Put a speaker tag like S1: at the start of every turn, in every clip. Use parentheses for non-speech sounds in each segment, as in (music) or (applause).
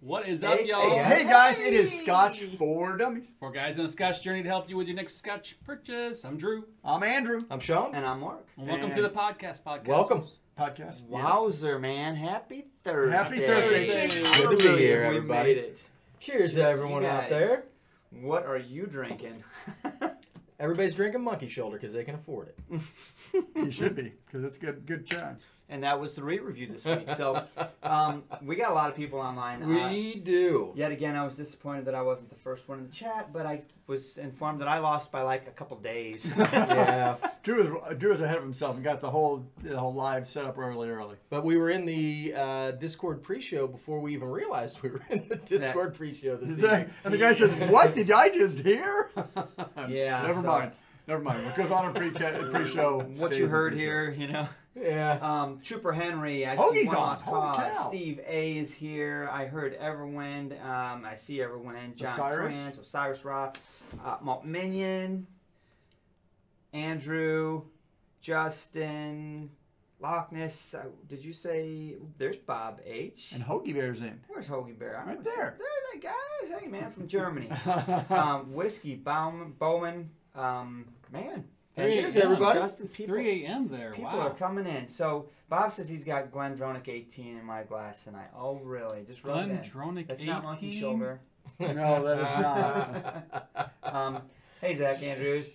S1: What is up,
S2: Hey,
S1: y'all?
S2: hey,
S3: Hey
S2: Hey.
S3: guys, it is Scotch for Dummies.
S1: Four guys on a Scotch journey to help you with your next Scotch purchase. I'm Drew,
S3: I'm Andrew.
S2: I'm Sean. And I'm Mark.
S1: and welcome
S3: And-
S1: to the podcast. Podcast.
S2: Welcome.
S3: Podcast.
S2: Wowzer, man. Happy Thursday.
S3: Happy Thursday.
S1: Hey.
S3: Thanks.
S1: Good to
S2: be
S3: Hallelujah,
S2: here,
S3: we
S2: everybody.
S3: made it.
S2: Cheers to
S3: Cheers,
S2: everyone
S3: you guys.
S2: out there.
S3: What are you drinking?
S2: Everybody's drinking monkey shoulder because they can afford it.
S3: you should be, because it's good good chance.
S4: and that was the re-review this week. So um, we got a lot of people online. Uh,
S2: we do.
S4: yet again, I was disappointed that I wasn't the first one in the chat, but I was informed that I lost by like a couple days.
S2: (laughs) yeah.
S3: (laughs) Drew is Drew is ahead of himself and got the whole the whole live set up early early.
S2: But we were in the uh, Discord pre-show before we even realized we were in the Discord pre-show this evening.
S3: And the guy says, What did I just hear? (laughs)
S4: Yeah,
S3: Never
S4: so-
S3: mind. Never mind. What goes on in pre pre show.
S4: (laughs) what you heard here, you know.
S2: (laughs) Yeah.
S4: Um, Trooper Henry, I
S3: Hoagie's
S4: see one
S3: on.
S4: lost
S3: Holy
S4: cause.
S3: cow.
S4: Steve A is here. I heard Everwind. Um, I see Everwind. John
S3: Osiris.
S4: Trance, Osiris Rock, uh, Malt Minion, Andrew, Justin, Loch Ness. Uh, did you say there's Bob H?
S3: And Hoagie Bear's in.
S4: (laughs)
S3: (laughs)
S4: Where's Hoagie Bear? I
S3: Right
S4: don't see-
S3: there.
S4: There, that guys. Hey man, from Germany. (laughs) um, Whiskey Bauman, Bowman. Um, man.
S2: Three
S4: Cheers,
S2: a.m. everybody.
S4: Justin,
S1: It's
S4: people-
S1: 3 a.m. there.
S4: People
S1: wow.
S4: are coming in. So Bob says he's got Glendronic 18 in my glass tonight. Oh, really? Just rub it in.
S1: Glendronic
S4: That's
S1: 18.
S4: not monkey shoulder.
S3: No, that is
S4: (laughs)
S1: Uh,
S4: Um, hey, Zach Andrews,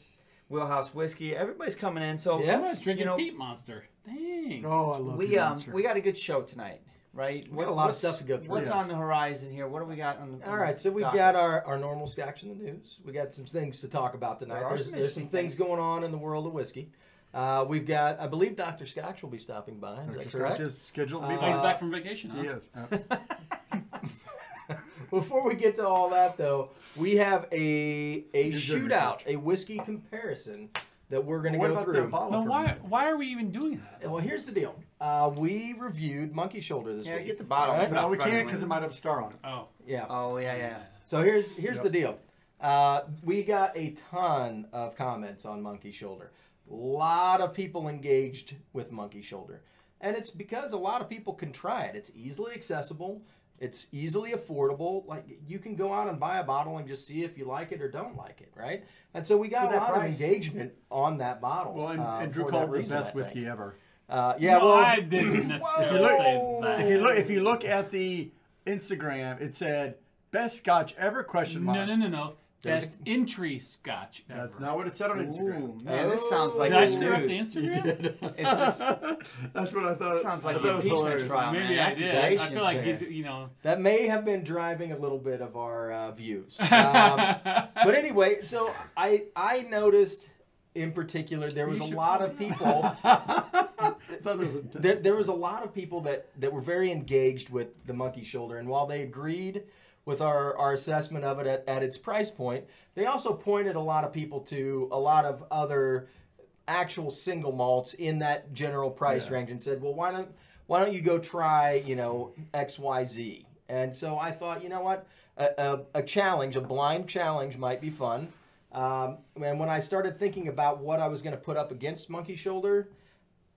S4: Wheelhouse Whiskey. Everybody's coming in. So
S2: Yeah.
S1: Somebody's drinking
S4: You know-
S1: Peat Monster. Dang.
S3: oh, I love
S4: we
S3: Pete
S4: um
S3: Monster.
S4: we got a good show tonight, right?
S2: We got a lot of
S4: What's-
S2: stuff to go through.
S4: What's
S3: Yes.
S4: on the horizon here? What do we got on the?
S2: All right, so we've
S4: docket?
S2: got our, our normal scotch in the news. We got some things to talk about tonight.
S4: There are
S2: there's
S4: some
S2: there's some
S4: interesting
S2: things going on in the world of whiskey. Uh, we've got, I believe, Doctor Scotch will be stopping by. Is that
S3: Dr.
S2: correct?
S3: Scotch is scheduled to be
S2: Uh,
S1: Oh, he's
S3: back.
S1: back from vacation, huh?
S3: He is. Uh,
S2: Before we get to all that, though, we have a a
S3: You're doing
S2: shootout,
S3: research.
S2: a whiskey comparison that we're going to
S3: what
S2: go
S3: about
S2: through.
S3: that bottle?
S1: No,
S3: from-
S1: why, why are we even doing that?
S2: Well, here's the deal. Uh, we reviewed Monkey Shoulder this
S4: Yeah,
S2: week.
S4: get the bottle.
S2: All right?
S4: Put
S3: No,
S4: up
S3: we
S4: front
S3: can't
S4: and
S3: because it
S4: win.
S3: might have a star on it.
S1: Oh,
S2: Yeah.
S4: Oh yeah, yeah.
S2: So here's here's
S3: Yep.
S2: the deal. Uh, we got a ton of comments on Monkey Shoulder. A lot of people engaged with Monkey Shoulder, and it's because a lot of people can try it. It's easily accessible. It's easily affordable. Like you can go out and buy a bottle and just see if you like it or don't like it, right? And so we got
S4: For
S2: a
S4: that
S2: lot
S4: price.
S2: of engagement on that bottle.
S3: Well, and,
S2: uh,
S3: and Drew
S2: for
S3: called
S2: that
S3: it the
S2: reason, I
S3: best
S2: think.
S3: whiskey ever.
S2: Uh, yeah,
S1: No,
S2: well,
S1: I
S2: (clears throat)
S1: didn't necessarily
S3: look-
S1: say that.
S3: If you look, if you look at the Instagram, it said best Scotch ever? Question mark.
S1: no, no, no, no.
S2: There's-
S1: Best entry Scotch ever.
S3: That's not what it said on Instagram.
S4: Ooh, man, this sounds like
S1: Did I
S4: the
S1: screw up the
S4: news.
S1: Instagram?
S3: (laughs)
S4: It's this,
S3: That's what I thought.
S4: this sounds
S3: I
S4: like
S3: thought it
S4: the impeachment
S3: was hilarious. (laughs)
S4: trial, man.
S1: Maybe I did. I
S4: Accusations
S1: feel like
S4: here.
S1: he's, you know.
S2: That may have been driving a little bit of our uh,
S1: (laughs)
S2: views. Um, but anyway, so I I noticed in particular there was
S1: You
S2: a
S1: should
S2: lot
S1: call
S2: of
S1: it
S2: people
S3: I thought it was-
S2: (laughs) there, there was a lot of people that that were very engaged with the monkey shoulder and while they agreed with our, our assessment of it at, at its price point they also pointed a lot of people to a lot of other actual single malts in that general price
S3: Yeah.
S2: range and said well why don't why don't you go try you know xyz and so i thought you know what a, a, a challenge a blind challenge might be fun um, and when i started thinking about what i was going to put up against monkey shoulder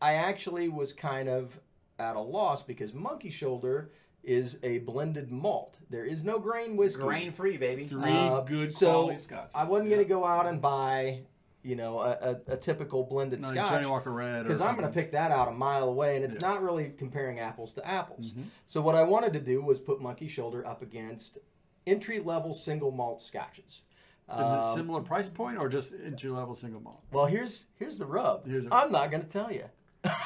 S2: I actually was kind of at a loss because Monkey Shoulder is a blended malt. There is no grain whiskey.
S4: Grain free,
S1: (laughs)
S4: baby.
S1: Three
S2: Uh,
S1: good
S2: so
S1: quality scotch.
S2: I wasn't gonna go out and buy, you know, a, a, a typical blended
S3: no, Johnny
S2: scotch
S3: Walker Red. or
S2: because I'm gonna
S3: something.
S2: pick that out a mile away, and it's
S3: Yeah. Mm-hmm.
S2: not really comparing apples to apples. So what I wanted to do was put Monkey Shoulder up against entry level single malt scotches.
S3: In a
S2: Um,
S3: similar price point or just entry level single
S2: (laughs)
S3: malt.
S2: well, here's here's the rub.
S3: Here's the-
S2: I'm not gonna tell you.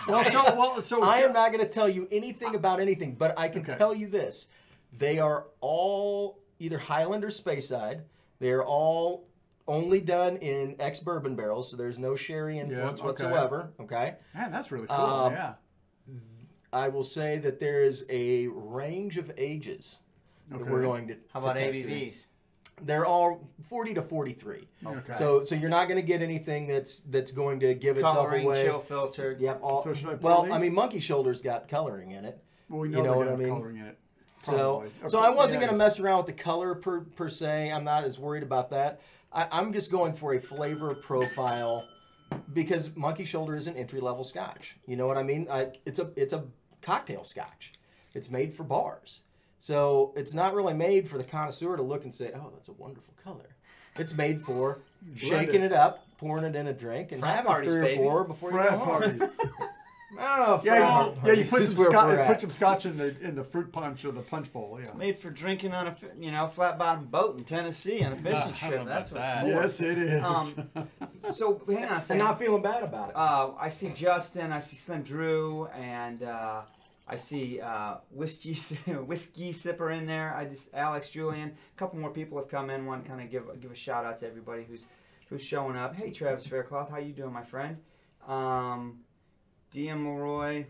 S3: Well,
S2: (laughs)
S3: so well, so
S2: I am not going to tell you anything about anything, but I can
S3: Okay.
S2: tell you this: they are all either Highland or Speyside. They are all only done in ex-bourbon barrels, so there's no sherry influence
S3: okay.
S2: whatsoever. Okay.
S3: Man, that's really cool.
S2: Um,
S3: yeah.
S2: I will say that there is a range of ages that we're
S3: Okay.
S2: going to.
S4: How
S2: to
S4: about
S2: test it in.
S4: ABVs?
S2: They're all 40 to 43.
S3: Okay.
S2: oh, So, so you're not going to get anything that's that's going to give
S4: Coloring,
S2: itself away.
S4: chill filtered.
S2: Yep. All,
S3: So should I pour
S2: well, I
S3: these?
S2: mean, Monkey Shoulder's got coloring in it.
S3: well, we
S2: you
S3: know,
S2: know
S3: they're
S2: what
S3: gonna
S2: I
S3: have
S2: mean?
S3: Coloring in it.
S2: So,
S3: Probably. Okay.
S2: so I wasn't
S3: Yeah,
S2: going to
S3: yeah.
S2: mess around with the color per, per se. I'm not as worried about that. I, I'm just going for a flavor profile because Monkey Shoulder is an entry level Scotch. You know what I mean? I, it's a it's a cocktail Scotch. It's made for bars. So it's not really made for the connoisseur to look and say, "Oh, that's a wonderful color." It's made for shaking it up, pouring it in a drink, and
S4: Frat
S2: having
S4: parties,
S2: three or
S4: baby.
S2: four before you go
S3: Frat
S2: home.
S3: parties.
S2: I don't know. if frat
S3: Yeah, you, yeah, you
S2: parties
S3: put
S2: is
S3: some
S2: where
S3: scotch,
S2: we're at.
S3: put some scotch in the in the fruit punch or the punch bowl. Yeah.
S4: Made for drinking on a fi- you know flat bottom boat in Tennessee on a fishing
S1: I don't know
S4: trip.
S1: about
S4: That's what
S1: that. (laughs)
S4: it's
S3: Yes, it is.
S4: Um, for. So hang on a
S2: and
S4: second.
S2: not feeling bad about it.
S4: Uh, I see Justin. I see Slim Drew, and uh, I see uh, whiskey (laughs) whiskey sipper in there. I just Alex Julian. A couple more people have come in. Want to kind of give give a shout out to everybody who's who's showing up. Hey Travis Faircloth, how you doing, my friend? Um, DM Leroy.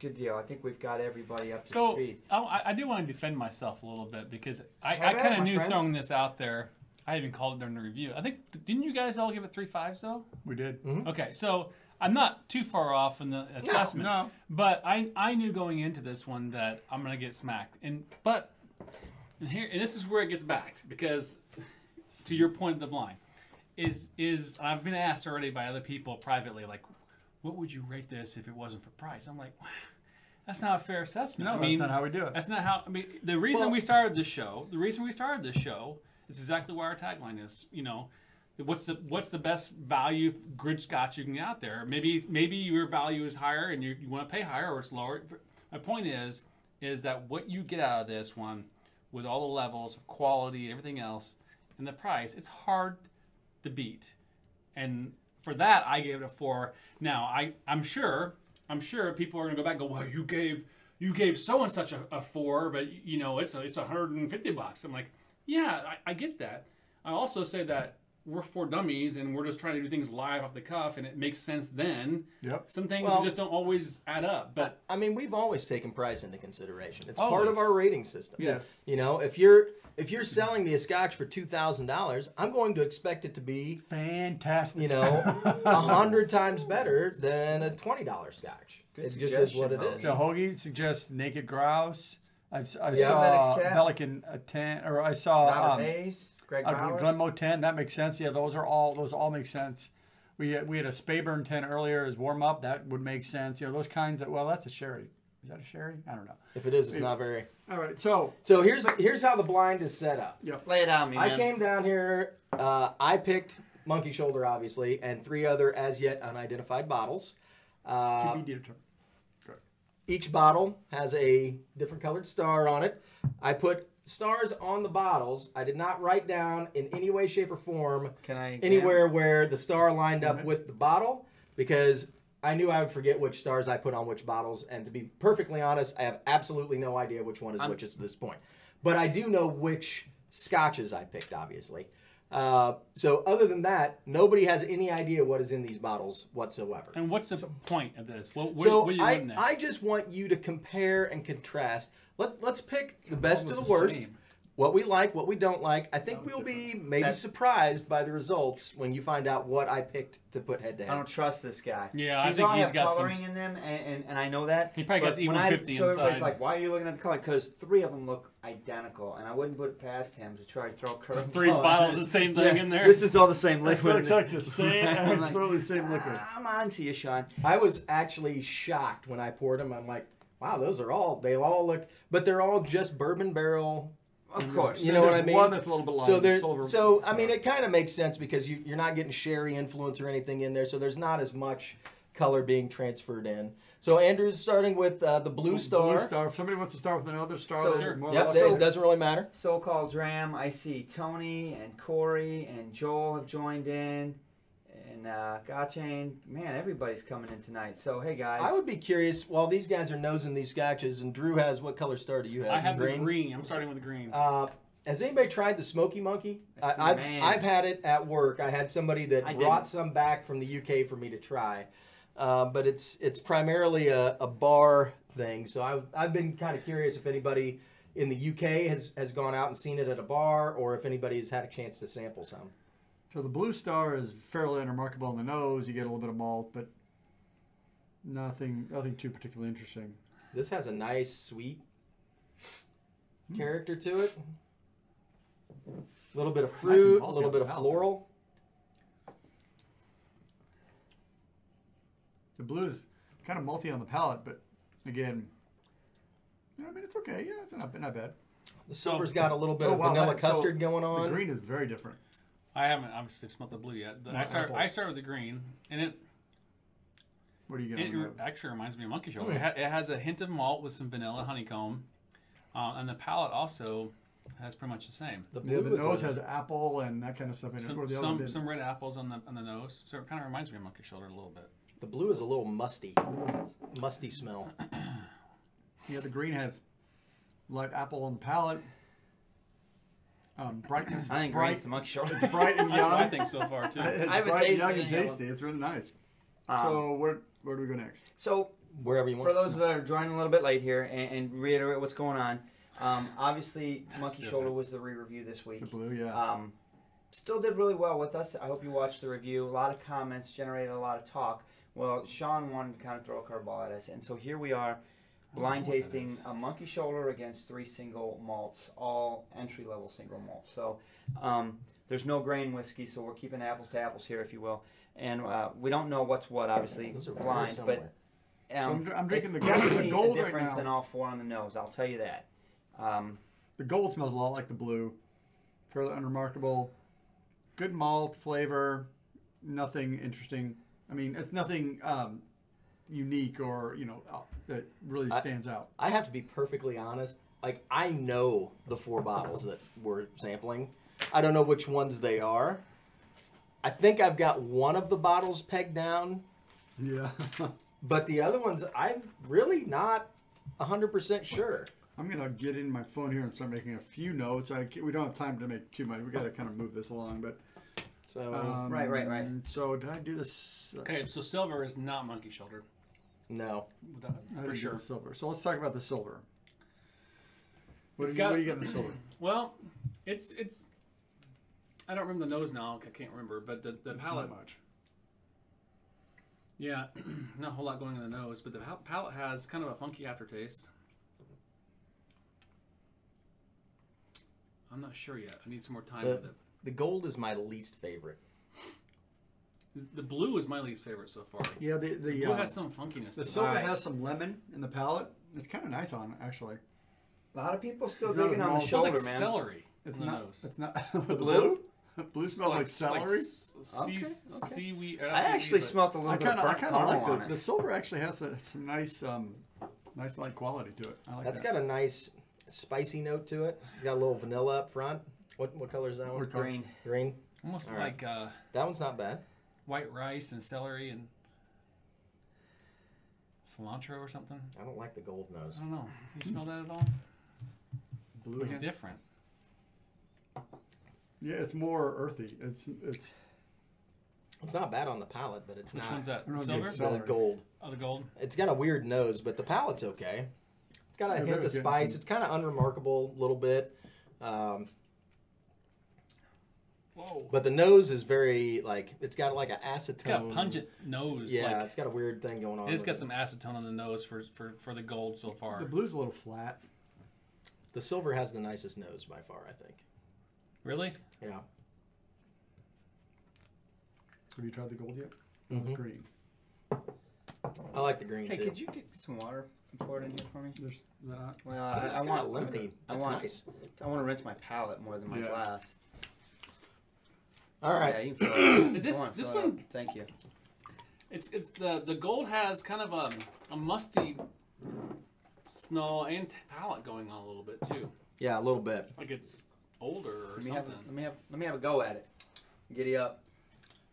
S4: Good deal. I think we've got everybody up to
S1: So
S4: speed.
S1: oh, I, I do want to defend myself a little bit because I,
S4: Have
S1: I
S4: at it,
S1: kind of
S4: my
S1: knew
S4: friend.
S1: throwing this out there. I even called it during the review. I think didn't you guys all give it three fives though?
S3: (laughs) we did.
S2: Mm-hmm.
S1: Okay, so I'm not too far off in the assessment,
S3: Mm-hmm. no.
S1: but I I knew going into this one that I'm gonna get smacked, and but and here and this is where it gets back because to your point of the blind is is and I've been asked already by other people privately like what would you rate this if it wasn't for price? I'm like that's not a fair assessment.
S3: No,
S1: I mean,
S3: that's not how we do it.
S1: that's not how. I mean, the reason
S2: Well-
S1: we started this show, the reason we started this show, is exactly what our tagline is. You know, what's the what's the best value good scotch you can get out there? Maybe maybe your value is higher and you, you want to pay higher, or it's lower. My point is is that what you get out of this one, with all the levels of quality, everything else, and the price, it's hard to beat. And for that, I gave it a four. Now, I I'm sure I'm sure people are gonna go back and go, well, you gave you gave so and such a, a four, but you know it's a, it's 150 bucks. I'm like, yeah, I, I get that. I also say that we're four dummies and we're just trying to do things live off the cuff, and it makes sense then.
S3: Yep.
S1: Some things
S2: Well-
S1: just don't always add up, but
S2: I mean, we've always taken price into consideration. It's part
S1: Always.
S2: of our rating system.
S3: Yes.
S2: You know, if you're if you're selling me a scotch for two thousand dollars, I'm going to expect it to be
S3: Fantastic. (laughs)
S2: you know a hundred times better than a twenty dollar scotch.
S4: Good
S2: it just is
S4: suggestion,
S2: what it
S4: Mo.
S2: is.
S3: So Hoagie suggests naked grouse. I, I
S2: Yeah.
S3: saw
S4: Bennett's cat.
S3: Pelican a ten, or I saw
S4: Robert
S3: um,
S4: Hayes, Greg
S3: uh,
S4: Bowers.
S3: Glenmo ten. That makes sense. Yeah, those are all those all make sense. We had, we had a Spayburn ten earlier as warm up. That would make sense. You know those kinds of well, that's a sherry. Is that a sherry? I don't know.
S2: If it is, it's not very.
S3: All right, so
S2: So here's here's how the blind is set up.
S4: Lay it on me, man.
S2: I came down here. Uh, I picked Monkey Shoulder, obviously, and three other as yet unidentified bottles.
S3: to
S2: Uh,
S3: be determined.
S2: each bottle has a different colored star on it. I put stars on the bottles. I did not write down in any way, shape, or form
S4: Can I
S2: anywhere where the star lined up with the bottle because I knew I would forget which stars I put on which bottles. And to be perfectly honest, I have absolutely no idea which one is which at this point. But I do know which scotches I picked, obviously. Uh, so other than that, nobody has any idea what is in these bottles whatsoever.
S1: and what's the point of this? What what,
S2: So
S1: what are you
S2: I,
S1: in there?
S2: I just want you to compare and contrast. Let, let's pick the best to the
S3: almost the
S2: worst,
S3: same.
S2: what we like, what we don't like. I think we'll be maybe
S4: That's-
S2: surprised by the results when you find out what I picked to put head to
S4: I
S2: head.
S4: don't trust this guy.
S1: Yeah, I
S4: These
S1: think
S4: all
S1: he's
S4: have
S1: got some-
S4: coloring in them, and, and, and I know that.
S1: He probably
S4: but
S1: got
S4: when I-
S1: 150
S4: So everybody's
S1: inside.
S4: like, "Why are you looking at the color?" Because three of them look identical, and I wouldn't put it past him to try to throw a curve.
S1: Three bottles of the same thing in there.
S4: This is all the same
S3: It
S4: liquid.
S3: looks like the
S2: (laughs)
S3: same,
S4: I'm like,
S3: absolutely same liquid.
S4: I'm on to you, Sean.
S2: I was actually shocked when I poured them. I'm like, wow, those are all, they all look, but they're all just bourbon barrel.
S4: Of course.
S2: You know what I
S3: There's
S2: mean?
S3: One that's a little bit lighter.
S2: So there,
S3: silver-
S2: so I mean, it kind of makes sense because you, you're not getting sherry influence or anything in there, so there's not as much color being transferred in. So Andrew's starting with uh, the blue star.
S3: Blue star. If somebody wants to start with another star,
S4: So-
S3: they're
S1: Sure.
S3: more
S4: Yep,
S3: likely
S2: They-
S4: so-
S2: it doesn't really matter.
S4: So-called Dram. I see Tony and Corey and Joel have joined in, and uh, Gotchain. Man, everybody's coming in tonight. So hey, guys.
S2: I would be curious. While these guys are nosing these scotches, and Drew has what color star do you have?
S1: I have the green. I'm starting with the green.
S2: Uh, has anybody tried the Smoky Monkey?
S4: That's the
S2: I, I've
S4: man.
S2: I've had it at work. I had somebody that
S4: I
S2: brought
S4: didn't.
S2: some back from the UK for me to try, uh, but it's it's primarily a, a bar thing. So I've I've been kind of curious if anybody in the UK has has gone out and seen it at a bar, or if anybody has had a chance to sample some.
S3: So the blue star is fairly unremarkable on the nose. You get a little bit of malt, but nothing, nothing too particularly interesting.
S2: This has a nice sweet
S3: Hmm.
S2: character to it. A little bit of
S3: and
S2: fruit, a
S3: malty
S2: little
S3: on
S2: bit
S3: the
S2: of
S3: palate.
S2: floral.
S3: The blue is kind of malty on the palate, but again, I mean, it's okay. Yeah, it's not, not bad.
S2: The
S1: So-
S2: silver's got a little bit
S3: Oh,
S2: of
S3: wow,
S2: vanilla
S3: that- so
S2: custard going
S3: The
S2: on.
S3: green is very different.
S1: I haven't obviously smelled the blue yet. But I
S3: More
S1: start.
S3: apple.
S1: I start with the green, and it
S3: What are you
S1: it
S3: getting?
S1: re- actually reminds me of monkey shoulder. It, ha- it has a hint of malt with some vanilla honeycomb, uh, and the palate also has pretty much the same.
S2: The blue
S3: Yeah, the
S2: is
S3: nose
S2: a-
S3: has apple and that kind of stuff in it.
S1: Some
S3: Or the other
S1: some,
S3: didn't.
S1: some red apples on the on the nose, so it kind of reminds me of monkey shoulder a little bit.
S2: the blue is a little musty, musty smell.
S3: Yeah, the green has light apple on the palate. Um, brightness.
S4: (clears throat) I think
S3: bright,
S4: green's the monkey shoulder.
S3: it's bright and
S1: That's what I
S3: young.
S1: think so far
S3: (laughs)
S1: too.
S3: It's
S4: I haven't
S3: bright and
S4: tasted
S3: young and
S4: any of them.
S3: tasty. It's really nice.
S4: (laughs) Um,
S3: so where where do we go next?
S4: so
S2: Wherever you want.
S4: for those that are joining a little bit late here and, and reiterate what's going on, um, obviously Monkey
S1: different.
S4: Shoulder was the re-review this week.
S3: The blue, yeah.
S4: Um, still did really well with us. I hope you watched the review. A lot of comments generated a lot of talk. Well, Sean wanted to kind of throw a curveball at us, and so here we are, blind
S1: what that
S4: tasting
S1: is.
S4: a monkey shoulder against three single malts, all entry level single malts. So um, there's no grain whiskey, so we're keeping apples to apples here, if you will. And uh, we don't know what's what, obviously,
S2: Those are very
S4: blind,
S2: similar.
S4: but
S3: So
S4: um,
S3: I'm- I'm drinking
S4: it's
S3: the gold- the
S4: definitely
S3: gold
S4: a
S3: right
S4: difference
S3: now.
S4: in all four on the nose. I'll tell you that. Um,
S3: the gold smells a lot like the blue. Fairly unremarkable. Good malt flavor. Nothing interesting. I mean, it's nothing um, unique or you know uh, that really stands out.
S2: I have to be perfectly honest. Like I know the four bottles that we're sampling. I don't know which ones they are. I think I've got one of the bottles pegged down,
S3: Yeah.
S2: but the other ones I'm really not 100% sure.
S3: (laughs) I'm gonna get in my phone here and start making a few notes. I ca- we don't have time to make too much. We gotta kind of move this along, but
S2: So
S3: um,
S4: Right, right, right.
S3: So did I do this?
S1: Okay, so silver is not monkey shoulder,
S2: no.
S1: without,
S3: I didn't
S1: for
S3: do
S1: sure.
S3: the silver. So let's talk about the silver. What,
S1: It's
S3: do, you, what
S1: got-
S3: do you got in the silver?
S1: Well, it's it's. I don't remember the nose now. I can't remember, but the the
S3: It's
S1: palate.
S3: Not much.
S1: Yeah, (clears throat) not a whole lot going in the nose, but the pal- palate has kind of a funky aftertaste. I'm not sure yet. I need some more time
S2: The-
S1: with it.
S2: The gold is my least favorite.
S1: Is- The blue is my least favorite so far.
S3: Yeah, the the,
S1: Blue
S3: uh,
S1: has some funkiness.
S3: the
S1: to
S3: silver
S4: Alright.
S3: has some lemon in the palate. It's kind of nice on it, actually.
S4: a lot of people still
S3: Not
S4: digging on
S3: as
S4: the
S3: malt.
S1: it. Smells
S4: shoulder,
S1: like
S4: man.
S1: celery.
S3: It's
S1: in the
S3: not.
S1: nose.
S3: It's not (laughs) the
S4: blue?
S3: Blue, smells like celery.
S1: Sea,
S4: Okay,
S1: Seaweed.
S4: I actually smelt a little
S3: I
S4: bit
S3: kind of
S4: of
S3: I
S4: burnt
S3: kind of
S4: caramel
S3: like
S4: on
S3: the,
S4: it.
S3: the silver. Actually has a, some nice um, nice light quality to it. I like
S2: That's
S3: that.
S2: got a nice spicy note to it. It's got a little vanilla up front. What what color is that one?
S3: What color?
S4: green.
S2: Green.
S1: Almost
S2: All right.
S1: like uh,
S2: That one's not bad.
S1: white rice and celery and cilantro or something.
S2: I don't like the gold nose.
S1: I don't know. You smell that at all?
S3: blue.
S1: It's
S3: again.
S1: different.
S3: Yeah, it's more earthy. It's it's
S2: It's not bad on the palate, but it's
S1: Which
S2: not
S1: one's that?
S3: I don't
S1: Silver?
S3: think so.
S2: the gold.
S1: Oh, the gold.
S2: It's got a weird nose, but the palate's okay. It's got a
S3: Yeah,
S2: hint
S3: there
S2: of
S3: was getting
S2: spice.
S3: some-
S2: It's kind of unremarkable a little bit, um,
S1: Whoa.
S2: but the nose is very like it's got like an acetone.
S1: It's got a pungent nose.
S2: Yeah,
S1: Like,
S2: it's got a weird thing going on.
S1: it's got
S2: with it.
S1: some acetone on the nose for, for, for the gold so far.
S3: the blue's a little flat.
S2: The silver has the nicest nose by far, I think.
S1: Really?
S2: Yeah.
S3: Have you tried the gold yet? No,
S4: Mm-hmm.
S2: Mhm.
S3: it's green.
S2: I like the green
S4: Hey,
S2: too.
S4: could you get some water poured in here for me?
S3: There's, is that not?
S4: Well,
S2: Dude,
S4: I,
S2: it's
S4: I
S2: got
S4: want
S2: lemony.
S4: I
S2: That's
S4: want.
S2: nice.
S4: I want to rinse my palate more than my
S3: Yeah.
S4: glass.
S2: All right.
S4: Yeah, you can fill it up.
S1: This-
S4: Go on,
S1: this
S4: fill it
S1: one-
S4: up. Thank you.
S1: It's it's the the gold has kind of a, a musty smell and palate going on a little bit too.
S2: Yeah, a little bit.
S1: Like it's older or
S4: Let me have.
S1: something.
S4: Let me have. Let me have a go at it. Giddy up.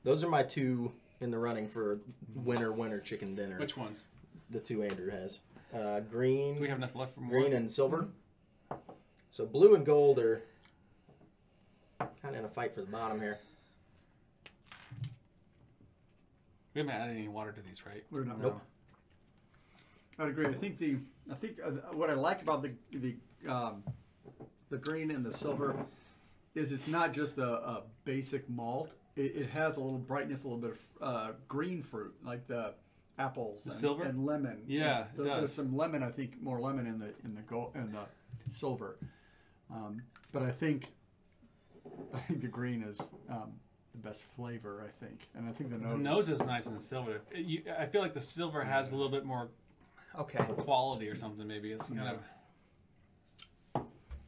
S2: Those are my two in the running for winter winter chicken dinner.
S1: Which ones?
S2: the two Andrew has, uh, green.
S1: Do we have enough left for more?
S2: green and silver. So blue and gold are kind of in a fight for the bottom here.
S1: we haven't added any water to these, right?
S3: We're not.
S2: Nope.
S3: I'd agree. I think the I think uh, what I like about the the um, the green and the silver is it's not just a, a basic malt. It, it has a little brightness, a little bit of uh, green fruit, like the apples
S1: The
S3: and,
S1: silver?
S3: and lemon.
S1: Yeah, it
S3: There- there's
S1: does.
S3: some lemon. I think more lemon in the in the gold in the silver. Um, but I think I think the green is um, the best flavor. I think, and I think the
S1: The
S3: nose.
S1: nose is nice and the silver. It- you- I feel like the silver has a little bit more
S4: Okay. (laughs)
S1: quality or something. Maybe it's kind of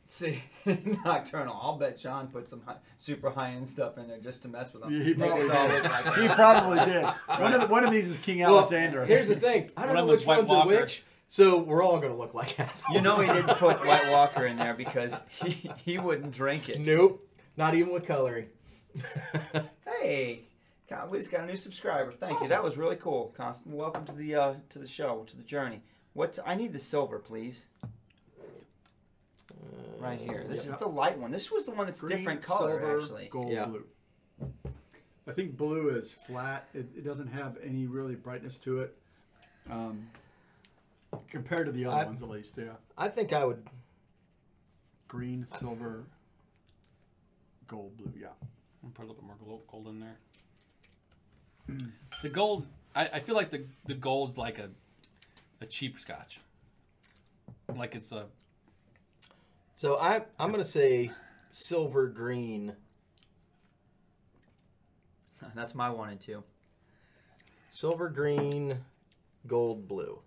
S4: See, (laughs) nocturnal. I'll bet Sean put some high, super high end stuff in there just to mess with him.
S3: Yeah, he
S4: Make us
S3: probably
S4: all
S3: did.
S4: look like
S3: He
S4: that.
S3: probably did. One of the, one of these is King
S2: Well,
S3: Alexander.
S2: Here's the thing. I
S1: One
S2: don't
S1: of
S2: know
S1: them is
S2: which
S1: White
S2: one's a
S1: Walker.
S2: which, so we're all gonna look like assholes.
S4: You know he
S2: (laughs)
S4: didn't put White Walker in there because he, he wouldn't drink it.
S2: Nope. Not even with coloring.
S4: Hey, God, we just got a new subscriber. Thank you. That was really cool, Constant. Welcome to the uh, to the show, to the journey. What I need the silver, please. (laughs) Right here. This
S3: Yep.
S4: is the light one. This was the one that's
S3: Green,
S4: different color,
S3: silver,
S4: actually.
S3: Gold,
S2: Yeah.
S3: blue. I think blue is flat. It, it doesn't have any really brightness to it, um, compared to the other
S2: I-
S3: ones at least. Yeah,
S2: I think I would.
S3: green, silver, gold, blue. Yeah.
S1: I'm gonna put a little bit more gold, gold in there. the gold, I, I feel like the the gold's like a a cheap scotch. Like it's a
S2: So I I'm gonna say silver green.
S4: (laughs) That's my one and two.
S2: Silver green, gold blue.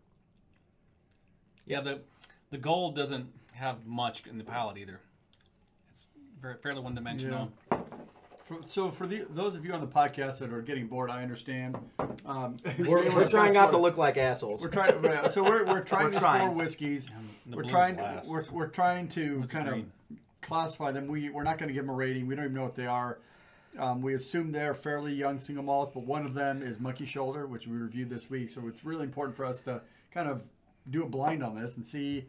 S1: yeah the the gold doesn't have much in the palate either. It's very fairly one dimensional.
S3: For, so for the those of you on the podcast that are getting bored, I understand. Um, (laughs)
S2: We're,
S3: they
S2: we're
S3: were
S2: trying not to
S3: sort of-
S2: look like assholes.
S3: We're trying. yeah, So we're
S2: (laughs)
S3: we're trying
S4: We're
S3: these
S4: trying.
S3: four whiskeys.
S1: the
S3: we're
S1: blue's
S3: trying.
S1: last.
S3: We're, we're trying to
S1: What's the
S3: kind of
S1: green?
S3: classify them. We we're not going to give them a rating. We don't even know what they are. Um, we assume they're fairly young single malts, but one of them is Monkey Shoulder, which we reviewed this week. So it's really important for us to kind of do a blind on this and see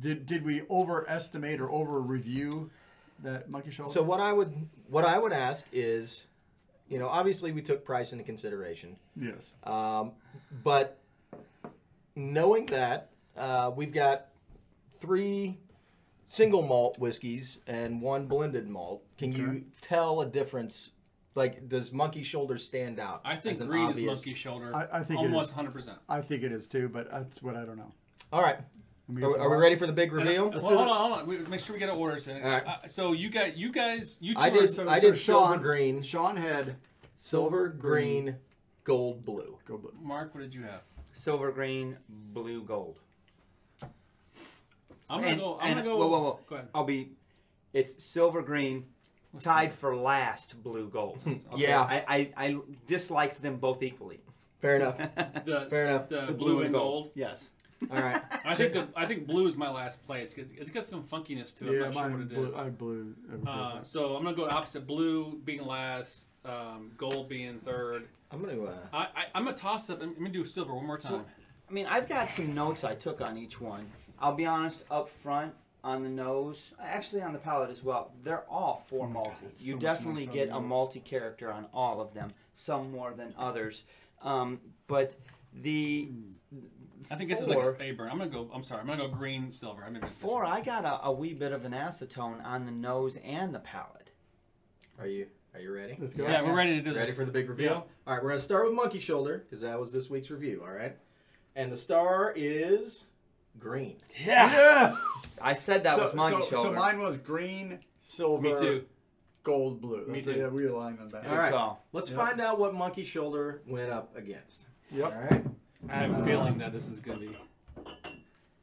S3: did did we overestimate or over review that Monkey Shoulder?
S2: So what I would what I would ask is, you know, obviously we took price into consideration,
S3: yes,
S2: um, but knowing that uh, we've got three single malt whiskeys and one blended malt, can you
S3: Okay.
S2: tell a difference? Like, does Monkey Shoulder stand out?
S1: I think
S2: as an
S1: green
S2: obvious-
S1: is monkey shoulder.
S3: I- I think it
S1: almost
S3: is.
S1: 100. percent
S3: I think it is too, but that's what I don't know.
S2: All right,
S3: I mean,
S2: are, are we ready for the
S1: Uh,
S2: big reveal?
S1: Well, hold on, hold on. We make sure we get our orders in.
S2: All right.
S1: Uh, so you got you guys you two
S2: I
S1: are-
S2: did
S3: so-
S2: I
S3: so
S2: did silver
S3: Sean-
S2: green,
S3: Sean had
S2: silver green, gold blue.
S3: go blue.
S1: Mark, what did you have?
S4: Silver, green, blue, gold.
S1: I'm gonna
S4: And-
S1: go. I'm
S4: and-
S1: gonna go.
S4: Whoa, whoa, whoa.
S1: Go ahead.
S4: I'll be. It's silver, green, tied for last, blue, (laughs) gold.
S2: Yeah.
S4: I, I, I disliked them both equally.
S2: Fair enough.
S3: (laughs)
S1: The,
S2: Fair enough.
S1: the blue and gold.
S4: Yes.
S2: All right.
S1: I think the, I think blue is my last place. 'cause It's got some funkiness to it. I'm not sure
S3: mine
S1: what it
S3: blue,
S1: is.
S3: I blue. I blue.
S1: Uh, so I'm gonna go opposite. Blue being last, um, gold being third.
S2: I'm gonna. Uh,
S1: I, I I'm gonna toss up. I'm gonna do silver one more time.
S4: I mean, I've got some notes I took on each one. I'll be honest, up front on the nose, actually on the palate as well, they're all
S3: Oh
S4: four malty.
S3: that's
S4: you
S3: so much
S4: definitely
S3: nicer on
S4: get
S3: the
S4: a malty character on all of them, some more than others. Um, but the
S1: I think this is like a
S4: four-
S1: spade burn. I'm gonna go. I'm sorry. I'm gonna go green silver. I'm gonna
S4: four. I got a, a wee bit of an acetone on the nose and the palate.
S2: Are you Are you ready?
S3: Let's go.
S1: Yeah, we're ready to do this.
S2: Ready (laughs) for the big reveal?
S1: Yeah.
S2: All right, we're gonna start with Monkey Shoulder because that was this week's review. All right, and the star is green.
S3: Yes.
S4: I said that was monkey
S3: so,
S4: shoulder.
S3: So mine was green, silver,
S1: Me too.
S3: gold, blue.
S1: Me
S3: That's it.
S1: too.
S3: Yeah, we aligned on that.
S2: All right,
S4: call.
S2: let's
S3: Yep.
S2: find out what Monkey Shoulder went up against.
S3: Yep.
S2: All right.
S1: I have a feeling that this is gonna be.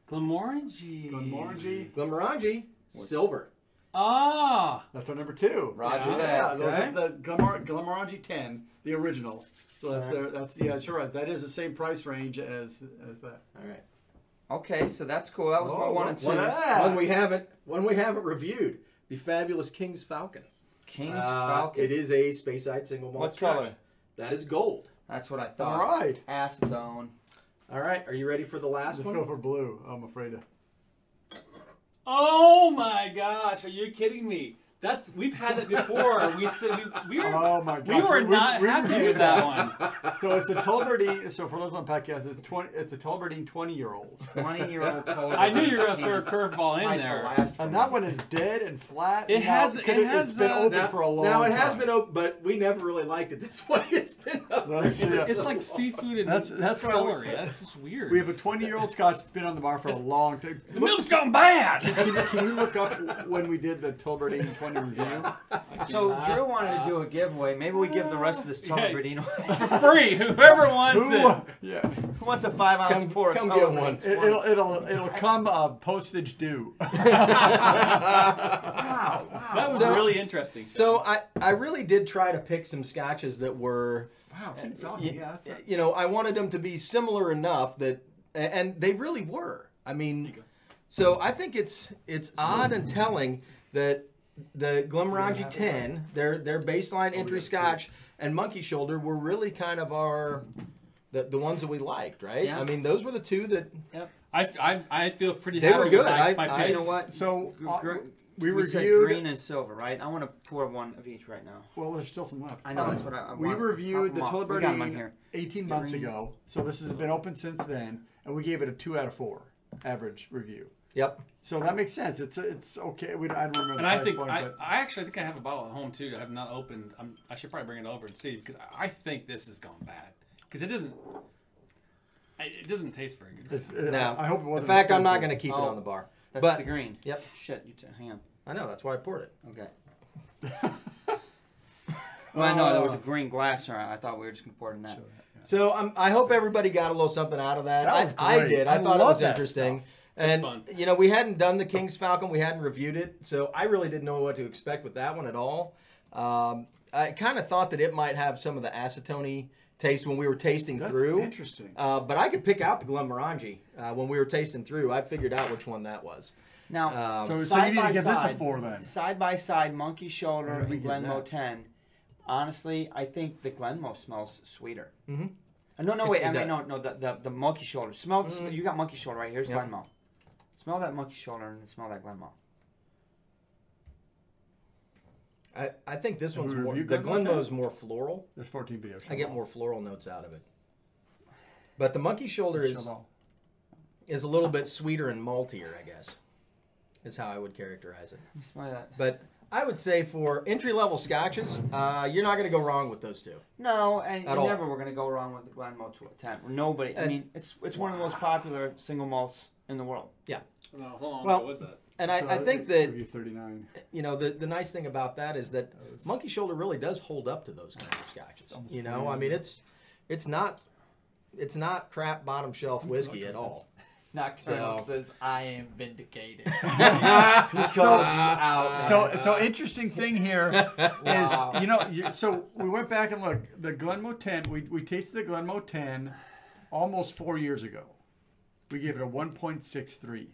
S1: Glamorangey.
S3: Glenmorangie.
S2: Glamorangi, silver.
S1: Ah.
S3: That's our number two.
S2: Roger
S3: yeah,
S2: that,
S3: those
S2: okay.
S3: are the Glenmor- Glenmorangie ten, the original. So that's
S2: All right.
S3: their, that's yeah, sure right. That is the same price range as as that.
S2: All right.
S4: Okay, so that's cool. That was my
S3: Oh,
S4: one and two.
S2: One,
S3: Yeah.
S2: one we haven't one we haven't reviewed. The fabulous King's Falcon.
S4: King's
S2: Uh,
S4: Falcon.
S2: It is a space side single malt.
S4: What
S2: scotch.
S4: color?
S2: That is gold.
S4: That's what I thought.
S3: All right.
S4: Acetone.
S2: All right. Are you ready for the last
S3: Let's
S2: one?
S3: go for blue. I'm afraid of.
S1: Oh my gosh! Are you kidding me? That's we've had it before.
S2: (laughs)
S1: we said we, we were
S3: Oh my
S1: we
S3: gosh.
S1: were
S3: We- we-
S1: not
S3: we
S1: happy
S3: reviewed
S1: with that (laughs) one.
S3: So it's a Tolberdine. So for those on podcast, it's twenty. It's a Tolberdine twenty year old.
S4: 20 year (laughs) old Cody.
S1: I knew you were gonna throw
S2: (laughs)
S1: a curveball in there.
S3: And that one is dead and flat.
S1: It
S3: Now,
S1: has-
S3: could
S1: it has,
S3: It's been
S1: uh,
S3: open (laughs)
S2: now,
S3: for a long.
S2: now it has
S3: time.
S2: been open, but we never really liked it (laughs) this way. It's been open.
S3: That's-
S2: for
S1: It's,
S3: Yeah.
S1: it's
S2: so
S1: like
S2: long.
S1: seafood and
S3: That's- that's why we-
S1: celery. that's just weird.
S3: We have a 20 year old scotch that's been on the bar for a long time.
S1: the milk's gone bad. (laughs)
S3: Can, you- can you look up when we did the Tolbert 20 fun to review.
S4: (laughs)
S3: (laughs)
S4: So Drew wanted to do a giveaway. Maybe we give the rest of (laughs) this
S1: Yeah.
S4: Tullibardine away.
S1: for free. Whoever wants it.
S3: Who- yeah,
S4: (laughs) Who wants a five ounce
S2: Come-
S4: pour of
S2: come get
S4: Tullibardine?
S2: one.
S3: it, will it'll it'll come uh, postage due.
S4: Wow, wow.
S1: That was
S2: So-
S1: really interesting.
S2: So I, I really did try to pick some scotches that were
S3: Wow, King Falcon.
S2: y-
S3: Yeah, that's
S2: you know, I wanted them to be similar enough that, a- and they really were. I mean, so I think it's it's odd and telling that the Glenmorangie Ten, their their
S4: Oh,
S2: baseline entry Scotch and Monkey Shoulder were really kind of our the, the ones that we liked, right?
S4: Yeah.
S2: I mean, those were the two that
S1: I, I, I feel pretty
S2: They
S1: happy
S2: were good.
S1: with my,
S2: I-
S1: my
S2: I-
S1: picks.
S4: You know what?
S3: so uh,
S4: Gr-
S3: we
S4: we said
S3: reviewed.
S4: green and silver, right? I want to pour one of each right now.
S3: Well, there's still some left.
S4: I know
S3: Um,
S4: that's what I, I
S3: We
S4: want.
S3: reviewed the
S4: Top 'em off. We got 'em on
S3: Tullibardine
S4: here.
S3: 18 months ago, so this has been open since then, and we gave it a two out of four average review.
S2: yep.
S3: So that makes sense. It's it's okay. We, I don't remember.
S1: And
S3: the
S1: I
S3: price
S1: think
S3: point,
S1: I,
S3: but
S1: I actually think I have a bottle at home too. I have not opened. I'm, I should probably bring it over and see because I, I think this has gone bad because it doesn't. I- It doesn't taste very good.
S3: it's, uh,
S2: Now,
S3: I hope it
S2: in
S3: wasn't.
S2: fact, I'm not
S3: expensive.
S2: going to keep it
S4: Oh.
S2: on the bar.
S4: That's
S2: but
S4: the green.
S2: Yep.
S4: Shit, you t- hang on.
S2: I know that's why I poured it. (laughs)
S4: Okay. well, I know there was a green glass, or I thought we were just gonna pour it in that.
S2: So I'm, I hope everybody got a little something out of that.
S3: That
S2: I-
S3: was
S2: I,
S3: great.
S2: did. I,
S3: I
S2: thought it
S3: love
S2: was
S3: that
S2: interesting.
S3: stuff.
S1: It's
S2: And
S1: fun.
S2: you know, we hadn't done the King's Falcon, we hadn't reviewed it, so I really didn't know what to expect with that one at all. Um, I kind of thought that it might have some of the acetone taste when we were tasting
S3: That's
S2: through.
S3: interesting.
S2: Uh, but I could pick out the Glenmorangie uh, when we were tasting through. I figured out which one that was.
S4: Now,
S2: Um,
S3: So, so
S4: Side
S3: you need
S4: by
S3: to give this a
S4: side.
S3: four then.
S4: side by side, Monkey Shoulder
S3: Where did we
S4: and
S3: get
S4: Glenmo
S3: that?
S4: Ten. Honestly, I think the Glenmo smells sweeter.
S2: Mhm.
S4: Uh, No, no,
S2: It-
S4: wait.
S2: it
S4: I mean,
S2: does.
S4: no, no. The the, the Monkey Shoulder. Smell. sm-
S2: Mm.
S4: You got Monkey Shoulder right here. Here's
S2: Yep.
S4: Glenmo. Smell that Monkey Shoulder and smell that Glenmo.
S2: I, I think this
S3: Have
S2: one's
S3: we
S2: more
S3: reviewed
S2: the
S3: Glenmorangie?
S2: Glenmo's more floral.
S3: There's 14 videos.
S2: I get more floral notes out of it. But the monkey shoulder is is a little bit sweeter and maltier, I guess, is how I would characterize it.
S4: Let me smell that.
S2: But I would say for entry level scotches, uh, you're not going to go wrong with those two.
S4: No, and
S2: At
S4: you
S2: all.
S4: never were gonna go wrong with the Glenmo Tw- Ten. Nobody. I
S2: And-
S4: mean, it's it's one of the most popular single malts in the world.
S1: No, hold on.
S2: Well-
S1: what was that?
S2: And I, I think that
S3: uh, review
S2: (laughs)
S3: 39.
S2: you know the, the nice thing about that is that monkey shoulder really does hold up to those kinds of scotches.
S3: almost
S2: You know, I mean it's it's not it's not crap bottom shelf whiskey
S3: (laughs)
S2: at all.
S5: Nocturnal
S2: So-
S5: says, I am
S2: (laughs)
S5: vindicated.
S4: He called you
S2: uh,
S4: out.
S3: So, so interesting thing
S2: (laughs)
S3: here is
S4: Wow.
S3: you know, you, so we went back and look the Glenmo 10. We we tasted the Glenmo 10 almost four years ago. We gave it a 1.63.